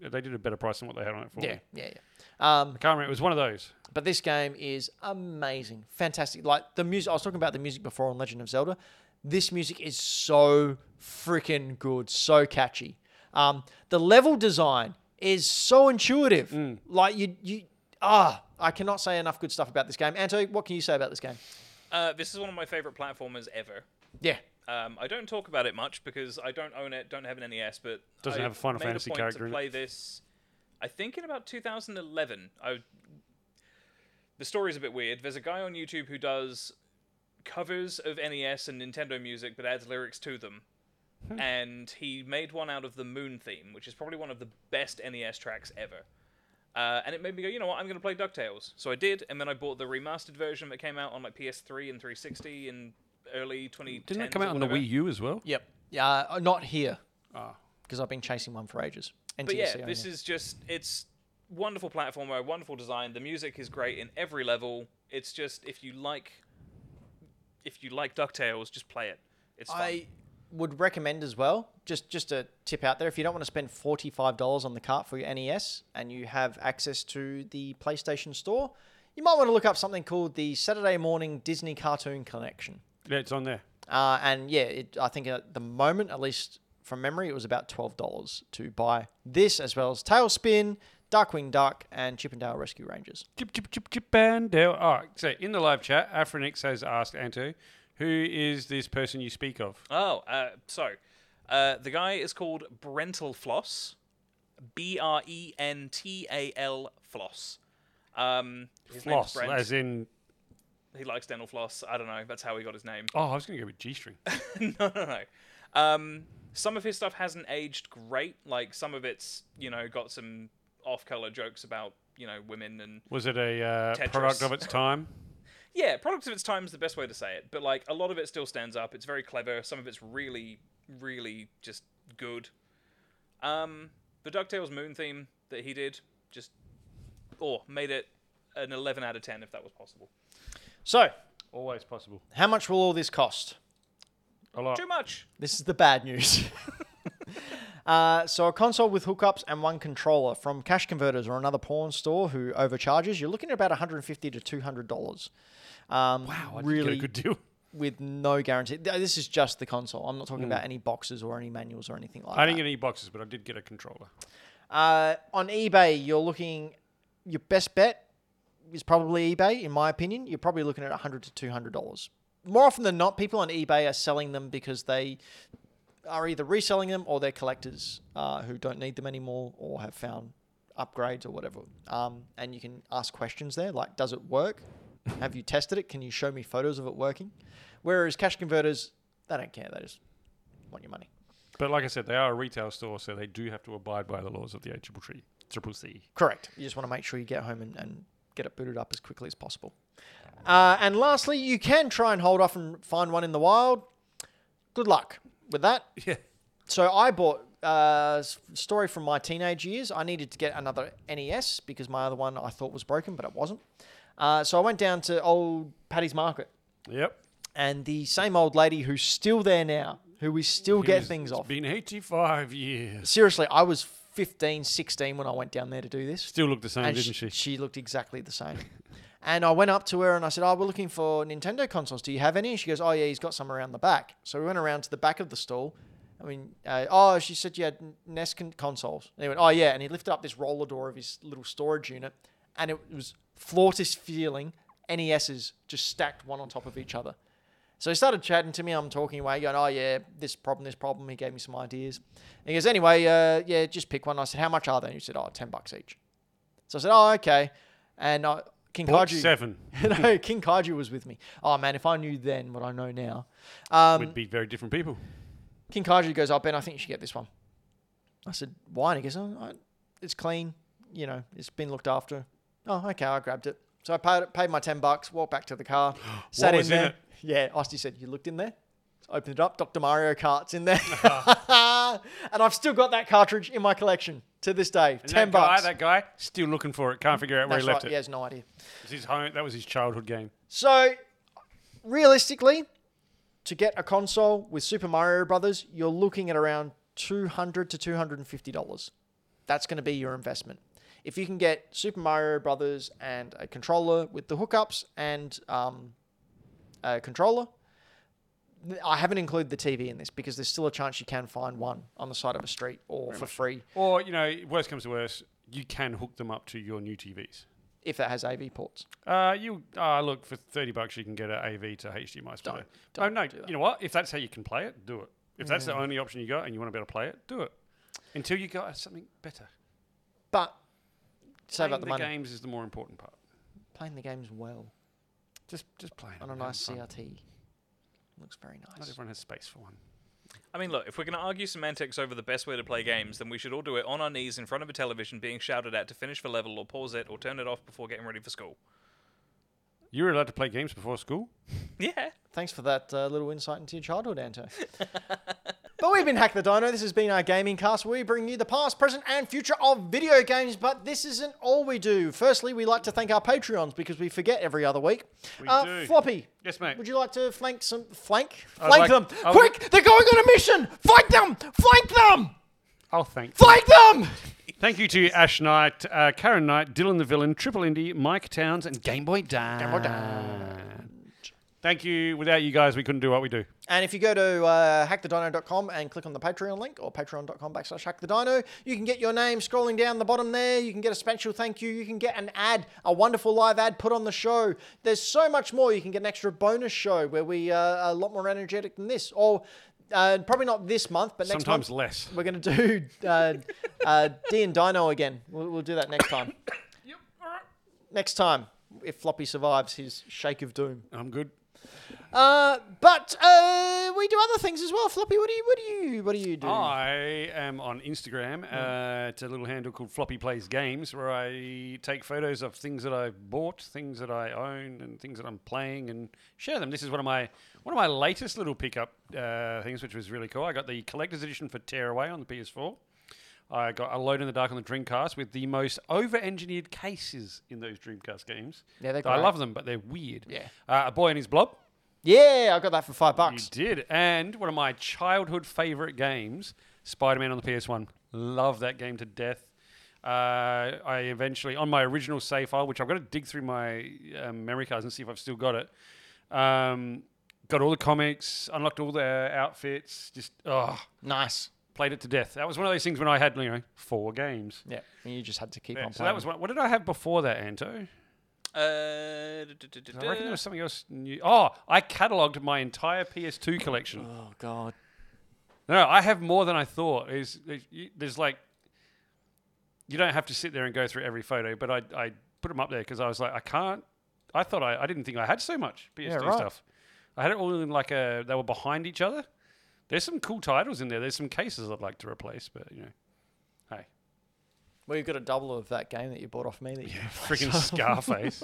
they did a better price than what they had on it for Yeah, me. yeah, yeah. Um, I can't remember. It was one of those. But this game is amazing, fantastic. Like the music, I was talking about the music before on Legend of Zelda. This music is so freaking good, so catchy. Um, the level design is so intuitive. Mm. Like you, you ah, I cannot say enough good stuff about this game. Anto, what can you say about this game? Uh, this is one of my favorite platformers ever. Yeah, Um, I don't talk about it much because I don't own it, don't have an NES, but Doesn't I have a Final made Fantasy a point character in To it. play this, I think in about 2011. I the story's a bit weird. There's a guy on YouTube who does covers of NES and Nintendo music, but adds lyrics to them. Hmm. And he made one out of the Moon theme, which is probably one of the best NES tracks ever. Uh, and it made me go, you know what, I'm going to play DuckTales. So I did, and then I bought the remastered version that came out on like PS3 and 360 in early 2010. Didn't that come out on the Wii U as well? yep, yeah. uh, Not here Ah. because I've been chasing one for ages. But NTSC yeah, only. this is just it's wonderful platformer, wonderful design. The music is great in every level. It's just if you like if you like DuckTales, just play it. It's fun. I would recommend as well. Just just a tip out there: if you don't want to spend forty five dollars on the cart for your NES and you have access to the PlayStation Store, you might want to look up something called the Saturday Morning Disney Cartoon Collection. Yeah, it's on there. Uh, and yeah, it, I think at the moment, at least from memory, it was about twelve dollars to buy this as well as Tailspin, Darkwing Duck, and Chippendale Rescue Rangers. Chip, chip, chip, chip, and down. All right. So in the live chat, Afronix has asked Anto, who is this person you speak of? Oh, uh, so uh, the guy is called Brental Floss, B R E N T A L Floss. Um, his Floss, name's Brent. as in. He likes dental floss. I don't know. That's how he got his name. Oh, I was going to go with G string. no, no, no. Um, some of his stuff hasn't aged great. Like some of it's, you know, got some off-color jokes about, you know, women and Was it a uh, product Tetris. of its time? yeah, product of its time is the best way to say it. But like a lot of it still stands up. It's very clever. Some of it's really, really just good. Um, the Ducktales Moon theme that he did just, or made it an 11 out of 10 if that was possible. So, Always possible. how much will all this cost? A lot. Too much. This is the bad news. uh, so, a console with hookups and one controller from Cash Converters or another pawn store who overcharges, you're looking at about 150 to 200 dollars. Um, Wow, I really really, did get a good deal. with no guarantee. Th- This is just the console. I'm not talking about any boxes or any manuals or anything like Hmm. I that. didn't get any boxes, but I did get a controller. Uh, on eBay, you're looking. Your best bet is probably eBay, in my opinion. You're probably looking at 100 to 200 dollars. More often than not, people on eBay are selling them because they are either reselling them or they're collectors uh, who don't need them anymore or have found upgrades or whatever. Um, and you can ask questions there, like, does it work? have you tested it? Can you show me photos of it working? Whereas cash converters, they don't care. They just want your money. But like I said, they are a retail store, so they do have to abide by the laws of the A triple C. Triple C. Correct. You just want to make sure you get home and, and get it booted up as quickly as possible. Uh, and lastly, you can try and hold off and find one in the wild. Good luck with that. Yeah. So I bought uh, s- story from my teenage years. I needed to get another NES because my other one I thought was broken, but it wasn't. Uh, so I went down to old Paddy's Market, Yep. and the same old lady who's still there now, who we still get It's- things it's off. Been 85 years. Seriously, I was 15, 16 when I went down there to do this. Still looked the same, and didn't she, she? she looked exactly the same. and I went up to her and I said, "Oh, we're looking for Nintendo consoles. Do you have any?" And she goes, "Oh yeah, he's got some around the back." So we went around to the back of the stall. I mean, uh, oh, she said you had NES con- consoles. And he went, "Oh yeah," and he lifted up this roller door of his little storage unit, and it was floor to ceiling NESs E just stacked one on top of each other. So he started chatting to me. I'm talking away, going, "Oh yeah, this problem, this problem." He gave me some ideas. And he goes, "Anyway, uh, yeah, just pick one." I said, "How much are they?" And he said, "Oh, ten bucks each." So I said, "Oh, okay." And I, King Bought Kaiju, seven. no, King Kaiju was with me. Oh man, if I knew then what I know now, We'd um, be very different people. King Kaiju goes, "Oh Ben, I think you should get this one." I said, "Why?" And he goes, oh, I, "It's clean, you know, it's been looked after." Oh, okay, I grabbed it. So I paid, paid my ten bucks, walked back to the car, sat was in in there. it? Yeah, Ostie said, "You looked in there." So I Opened it up, Dr. Mario Kart's in there. and I've still got that cartridge in my collection to this day. And 10 that bucks. Guy, that guy, still looking for it. Can't figure out where That's he left right, it. He has no idea. It's his home, that was his childhood game. So, realistically, to get a console with Super Mario Brothers, you're looking at around 200 to 250 dollars. That's going to be your investment. If you can get Super Mario Brothers and a controller with the hookups and um, a controller, I haven't included the TV in this because there's still a chance you can find one on the side of a street or for free Or you know, worst comes to worst, you can hook them up to your new TVs. if that has AV ports. Uh, you uh, look for thirty bucks, you can get an AV to HDMI splitter. don't no, no, do you know what? If that's how you can play it, do it. If that's the only option you got and you want to be able to play it, do it. Until you got something better. But save Playing up the, money. games is the more important part. Playing the games well Just just playing on a nice CRT looks very Not nice. everyone has space for one. I mean, look, if we're going to argue semantics over the best way to play games, then we should all do it on our knees in front of a television being shouted at to finish the level or pause it or turn it off before getting ready for school. You were allowed to play games before school. Yeah. Thanks for that uh, little insight into your childhood, Anto. but we've been Hack the Dino. This has been our gaming cast. We bring you the past, present, and future of video games. But this isn't all we do. Firstly, we like to thank our Patreons because we forget every other week. We uh, do. Floppy. Yes, mate. Would you like to flank some flank I'd flank like- them? I would- Quick! They're going on a mission. Flank them! Flank them! Oh, I'll thank. Flank them! Thank you to Ash Knight, uh, Karen Knight, Dylan the Villain, Triple Indie, Mike Towns, and Game Boy Dan. Boy Dan. Thank you. Without you guys, we couldn't do what we do. And if you go to uh, hackthedino.com and click on the Patreon link or patreon.com backslash hackthedino, you can get your name scrolling down the bottom there. You can get a special thank you. You can get an ad, a wonderful live ad put on the show. There's so much more. You can get an extra bonus show where we uh, are a lot more energetic than this. Or uh, probably not this month, but next Sometimes month. less. We're going to do uh, uh, D and Dino again. We'll, we'll do that next time. Next time, if Floppy survives his shake of doom. I'm good. Uh, but uh, we do other things as well. Floppy, what do you what do you what do you do? I am on Instagram. Uh, it's a little handle called Floppy Plays Games, where I take photos of things that I've bought, things that I own, and things that I'm playing, and share them. This is one of my one of my latest little pickup uh, things, which was really cool. I got the collector's edition for Tearaway on the PS4. I got Alone in the Dark on the Dreamcast with the most over-engineered cases in those Dreamcast games. Yeah, they're I great. love them, but they're weird. Yeah. uh, a boy and his blob. yeah, I got that for five bucks. You did. And one of my childhood favorite games, Spider Man on the PS1. Love that game to death. Uh, I eventually, on my original save file, which I've got to dig through my uh, memory cards and see if I've still got it, um, got all the comics, unlocked all the outfits, just oh, Nice. played it to death. That was one of those things when I had, you know, four games. Yeah, and you just had to keep Yeah, on. so that was one. What did I have before that, Anto? Uh, duh, duh, duh, I reckon duh. there was something else. New. Oh, I catalogued my entire PS2 collection. Oh god. No, I have more than I thought. Is there's like you don't have to sit there and go through every photo, but I I put them up there because I was like I can't. I thought I, I didn't think I had so much PS2 Yeah, right. stuff. I had it all in like a they were behind each other. There's some cool titles in there. There's some cases I'd like to replace, but you know, hey, Well, you've got a double of that game that you bought off me. That you freaking Scarface,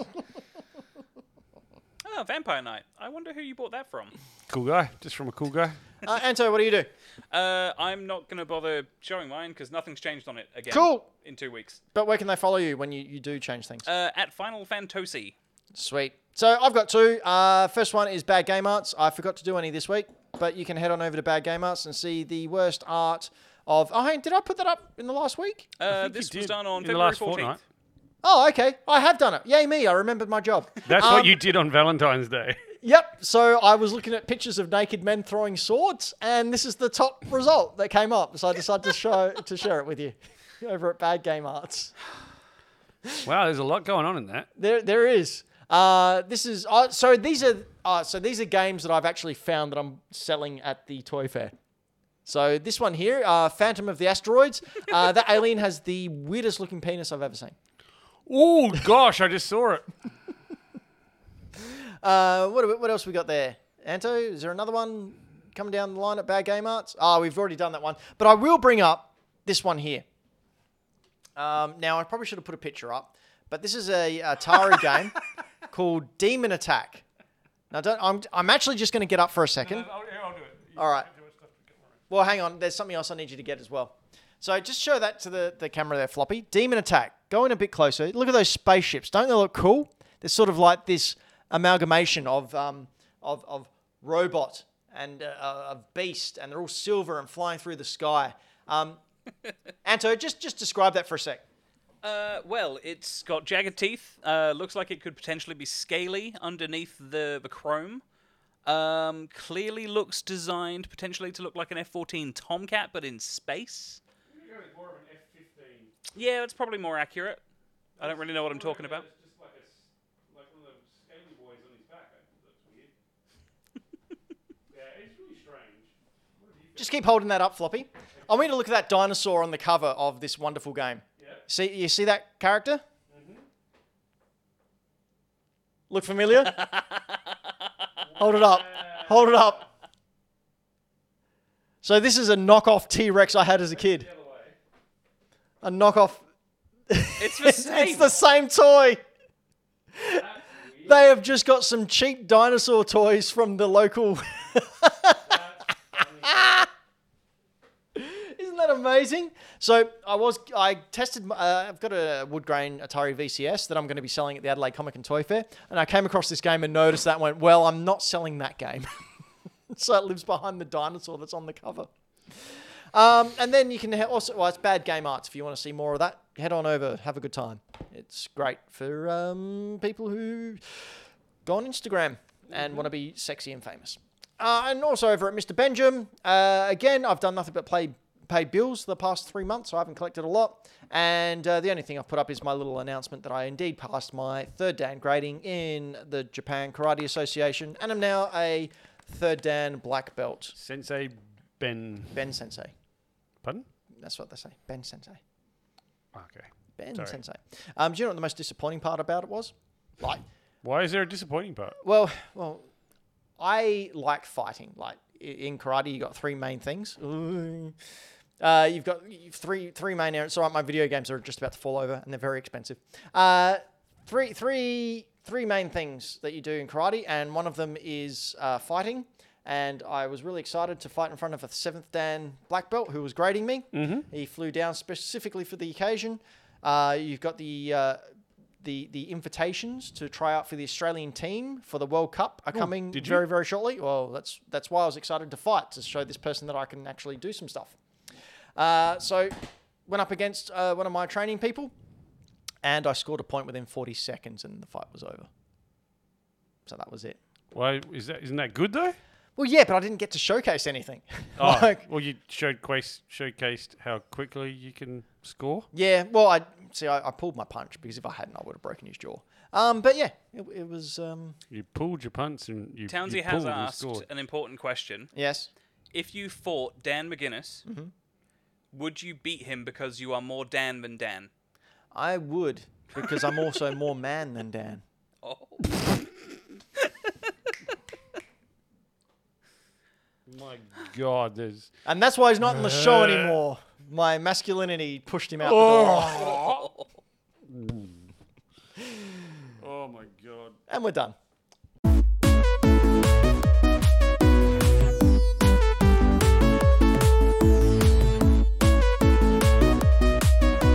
Oh, Vampire Knight. I wonder who you bought that from. cool guy, just from a cool guy. uh, Anto, what do you do? Uh, I'm not going to bother showing mine because nothing's changed on it again. Cool. In two weeks. But where can they follow you when you, you do change things? Uh, at Final Fantasy. Sweet. So I've got two. Uh, first one is Bad Game Arts. I forgot to do any this week, but you can head on over to Bad Game Arts and see the worst art of. Oh, hey, did I put that up in the last week? Uh, think you this was did done on in the February last 14th. fortnight. Oh, okay. I have done it. Yay me! I remembered my job. That's Um, what you did on Valentine's Day. Yep. So I was looking at pictures of naked men throwing swords, and this is the top result that came up. So I decided to show to share it with you over at Bad Game Arts. wow, there's a lot going on in that. There, there is. Uh, this is uh, so these are uh, so these are games that I've actually found that I'm selling at the toy fair. So this one here, uh, Phantom of the Asteroids, uh, that alien has the weirdest looking penis I've ever seen. Oh gosh, I just saw it. Uh, what, do we- what else we got there? Anto, is there another one coming down the line at Bad Game Arts? Ah, we've already done that one. But I will bring up this one here. Um, now, I probably should have put a picture up, but this is a Atari game called Demon Attack. Now, don't, I'm, I'm actually just going to get up for a second. I'll, I'll do it. All right. Well, hang on. There's something else I need you to get as well. So just show that to the, the camera there, Floppy. Demon Attack. Go in a bit closer. Look at those spaceships. Don't they look cool? They're sort of like this amalgamation of um, of, of robot and uh, a beast, and they're all silver and flying through the sky. Um, Anto, just just describe that for a sec. Uh, well, it's got jagged teeth. Uh, looks like it could potentially be scaly underneath the, the chrome. Um, clearly looks designed potentially to look like an F-14 Tomcat, but in space. Yeah, that's probably more accurate. I don't really know what I'm talking about. Just keep holding that up, Floppy. I want you to look at that dinosaur on the cover of this wonderful game. See, you see that character? Mm-hmm. Look familiar? Hold it up. Hold it up. So this is a knockoff T Rex I had as a kid. A knockoff. It's the It's, same. it's the same toy. They have just got some cheap dinosaur toys from the local. Isn't that amazing? So I was I tested. my- Uh, I've got a wood grain Atari VCS that I'm going to be selling at the Adelaide Comic and Toy Fair, and I came across this game and noticed that and went. Well, I'm not selling that game. so it lives behind the dinosaur that's on the cover. Um, and then you can he- also, well, it's bad game arts. If you want to see more of that, head on over, have a good time. It's great for um, people who go on Instagram and want to be sexy and famous. Uh, and also over at Mr. Benjamin, uh, again, I've done nothing but play pay bills the past three months. So I haven't collected a lot. And uh, the only thing I've put up is my little announcement that I indeed passed my third Dan grading in the Japan Karate Association and I'm now a third Dan black belt. Sensei Ben. Ben Sensei. Pardon? That's what they say. Ben Sensei. Okay. Ben Sorry. Sensei. Um, do you know what the most disappointing part about it was? Like, Why is there a disappointing part? well, well, I like fighting. Like i- in karate, you got three main things. Uh, you've got three three main areas. It's all right, my video games are just about to fall over, and they're very expensive. Uh, three three three main things that you do in karate, and one of them is uh, fighting. And I was really excited to fight in front of a seventh dan black belt who was grading me. Mm-hmm. He flew down specifically for the occasion. Uh, you've got the uh, the the invitations to try out for the Australian team for the World Cup are coming did you? very very shortly. Well, that's that's why I was excited to fight to show this person that I can actually do some stuff. Uh, so went up against uh, one of my training people, and I scored a point within 40 seconds, and the fight was over. So that was it. Why is that? Isn't that good though? Well, yeah, but I didn't get to showcase anything. Oh, Like- well, you showed quas- showcased how quickly you can score. yeah, well, I see. I, I pulled my punch because if I hadn't, I would have broken his jaw. Um, but yeah, it, it was. Um, You pulled your punts and you. Townsy you has pulled and asked scored. an important question. yes. If you fought Dan McGuinness, would you beat him because you are more Dan than Dan? I would, because I'm also more man than Dan. Oh. My God, there's. And that's why he's not in the show anymore. My masculinity pushed him out the door. Oh my God. oh And we're done.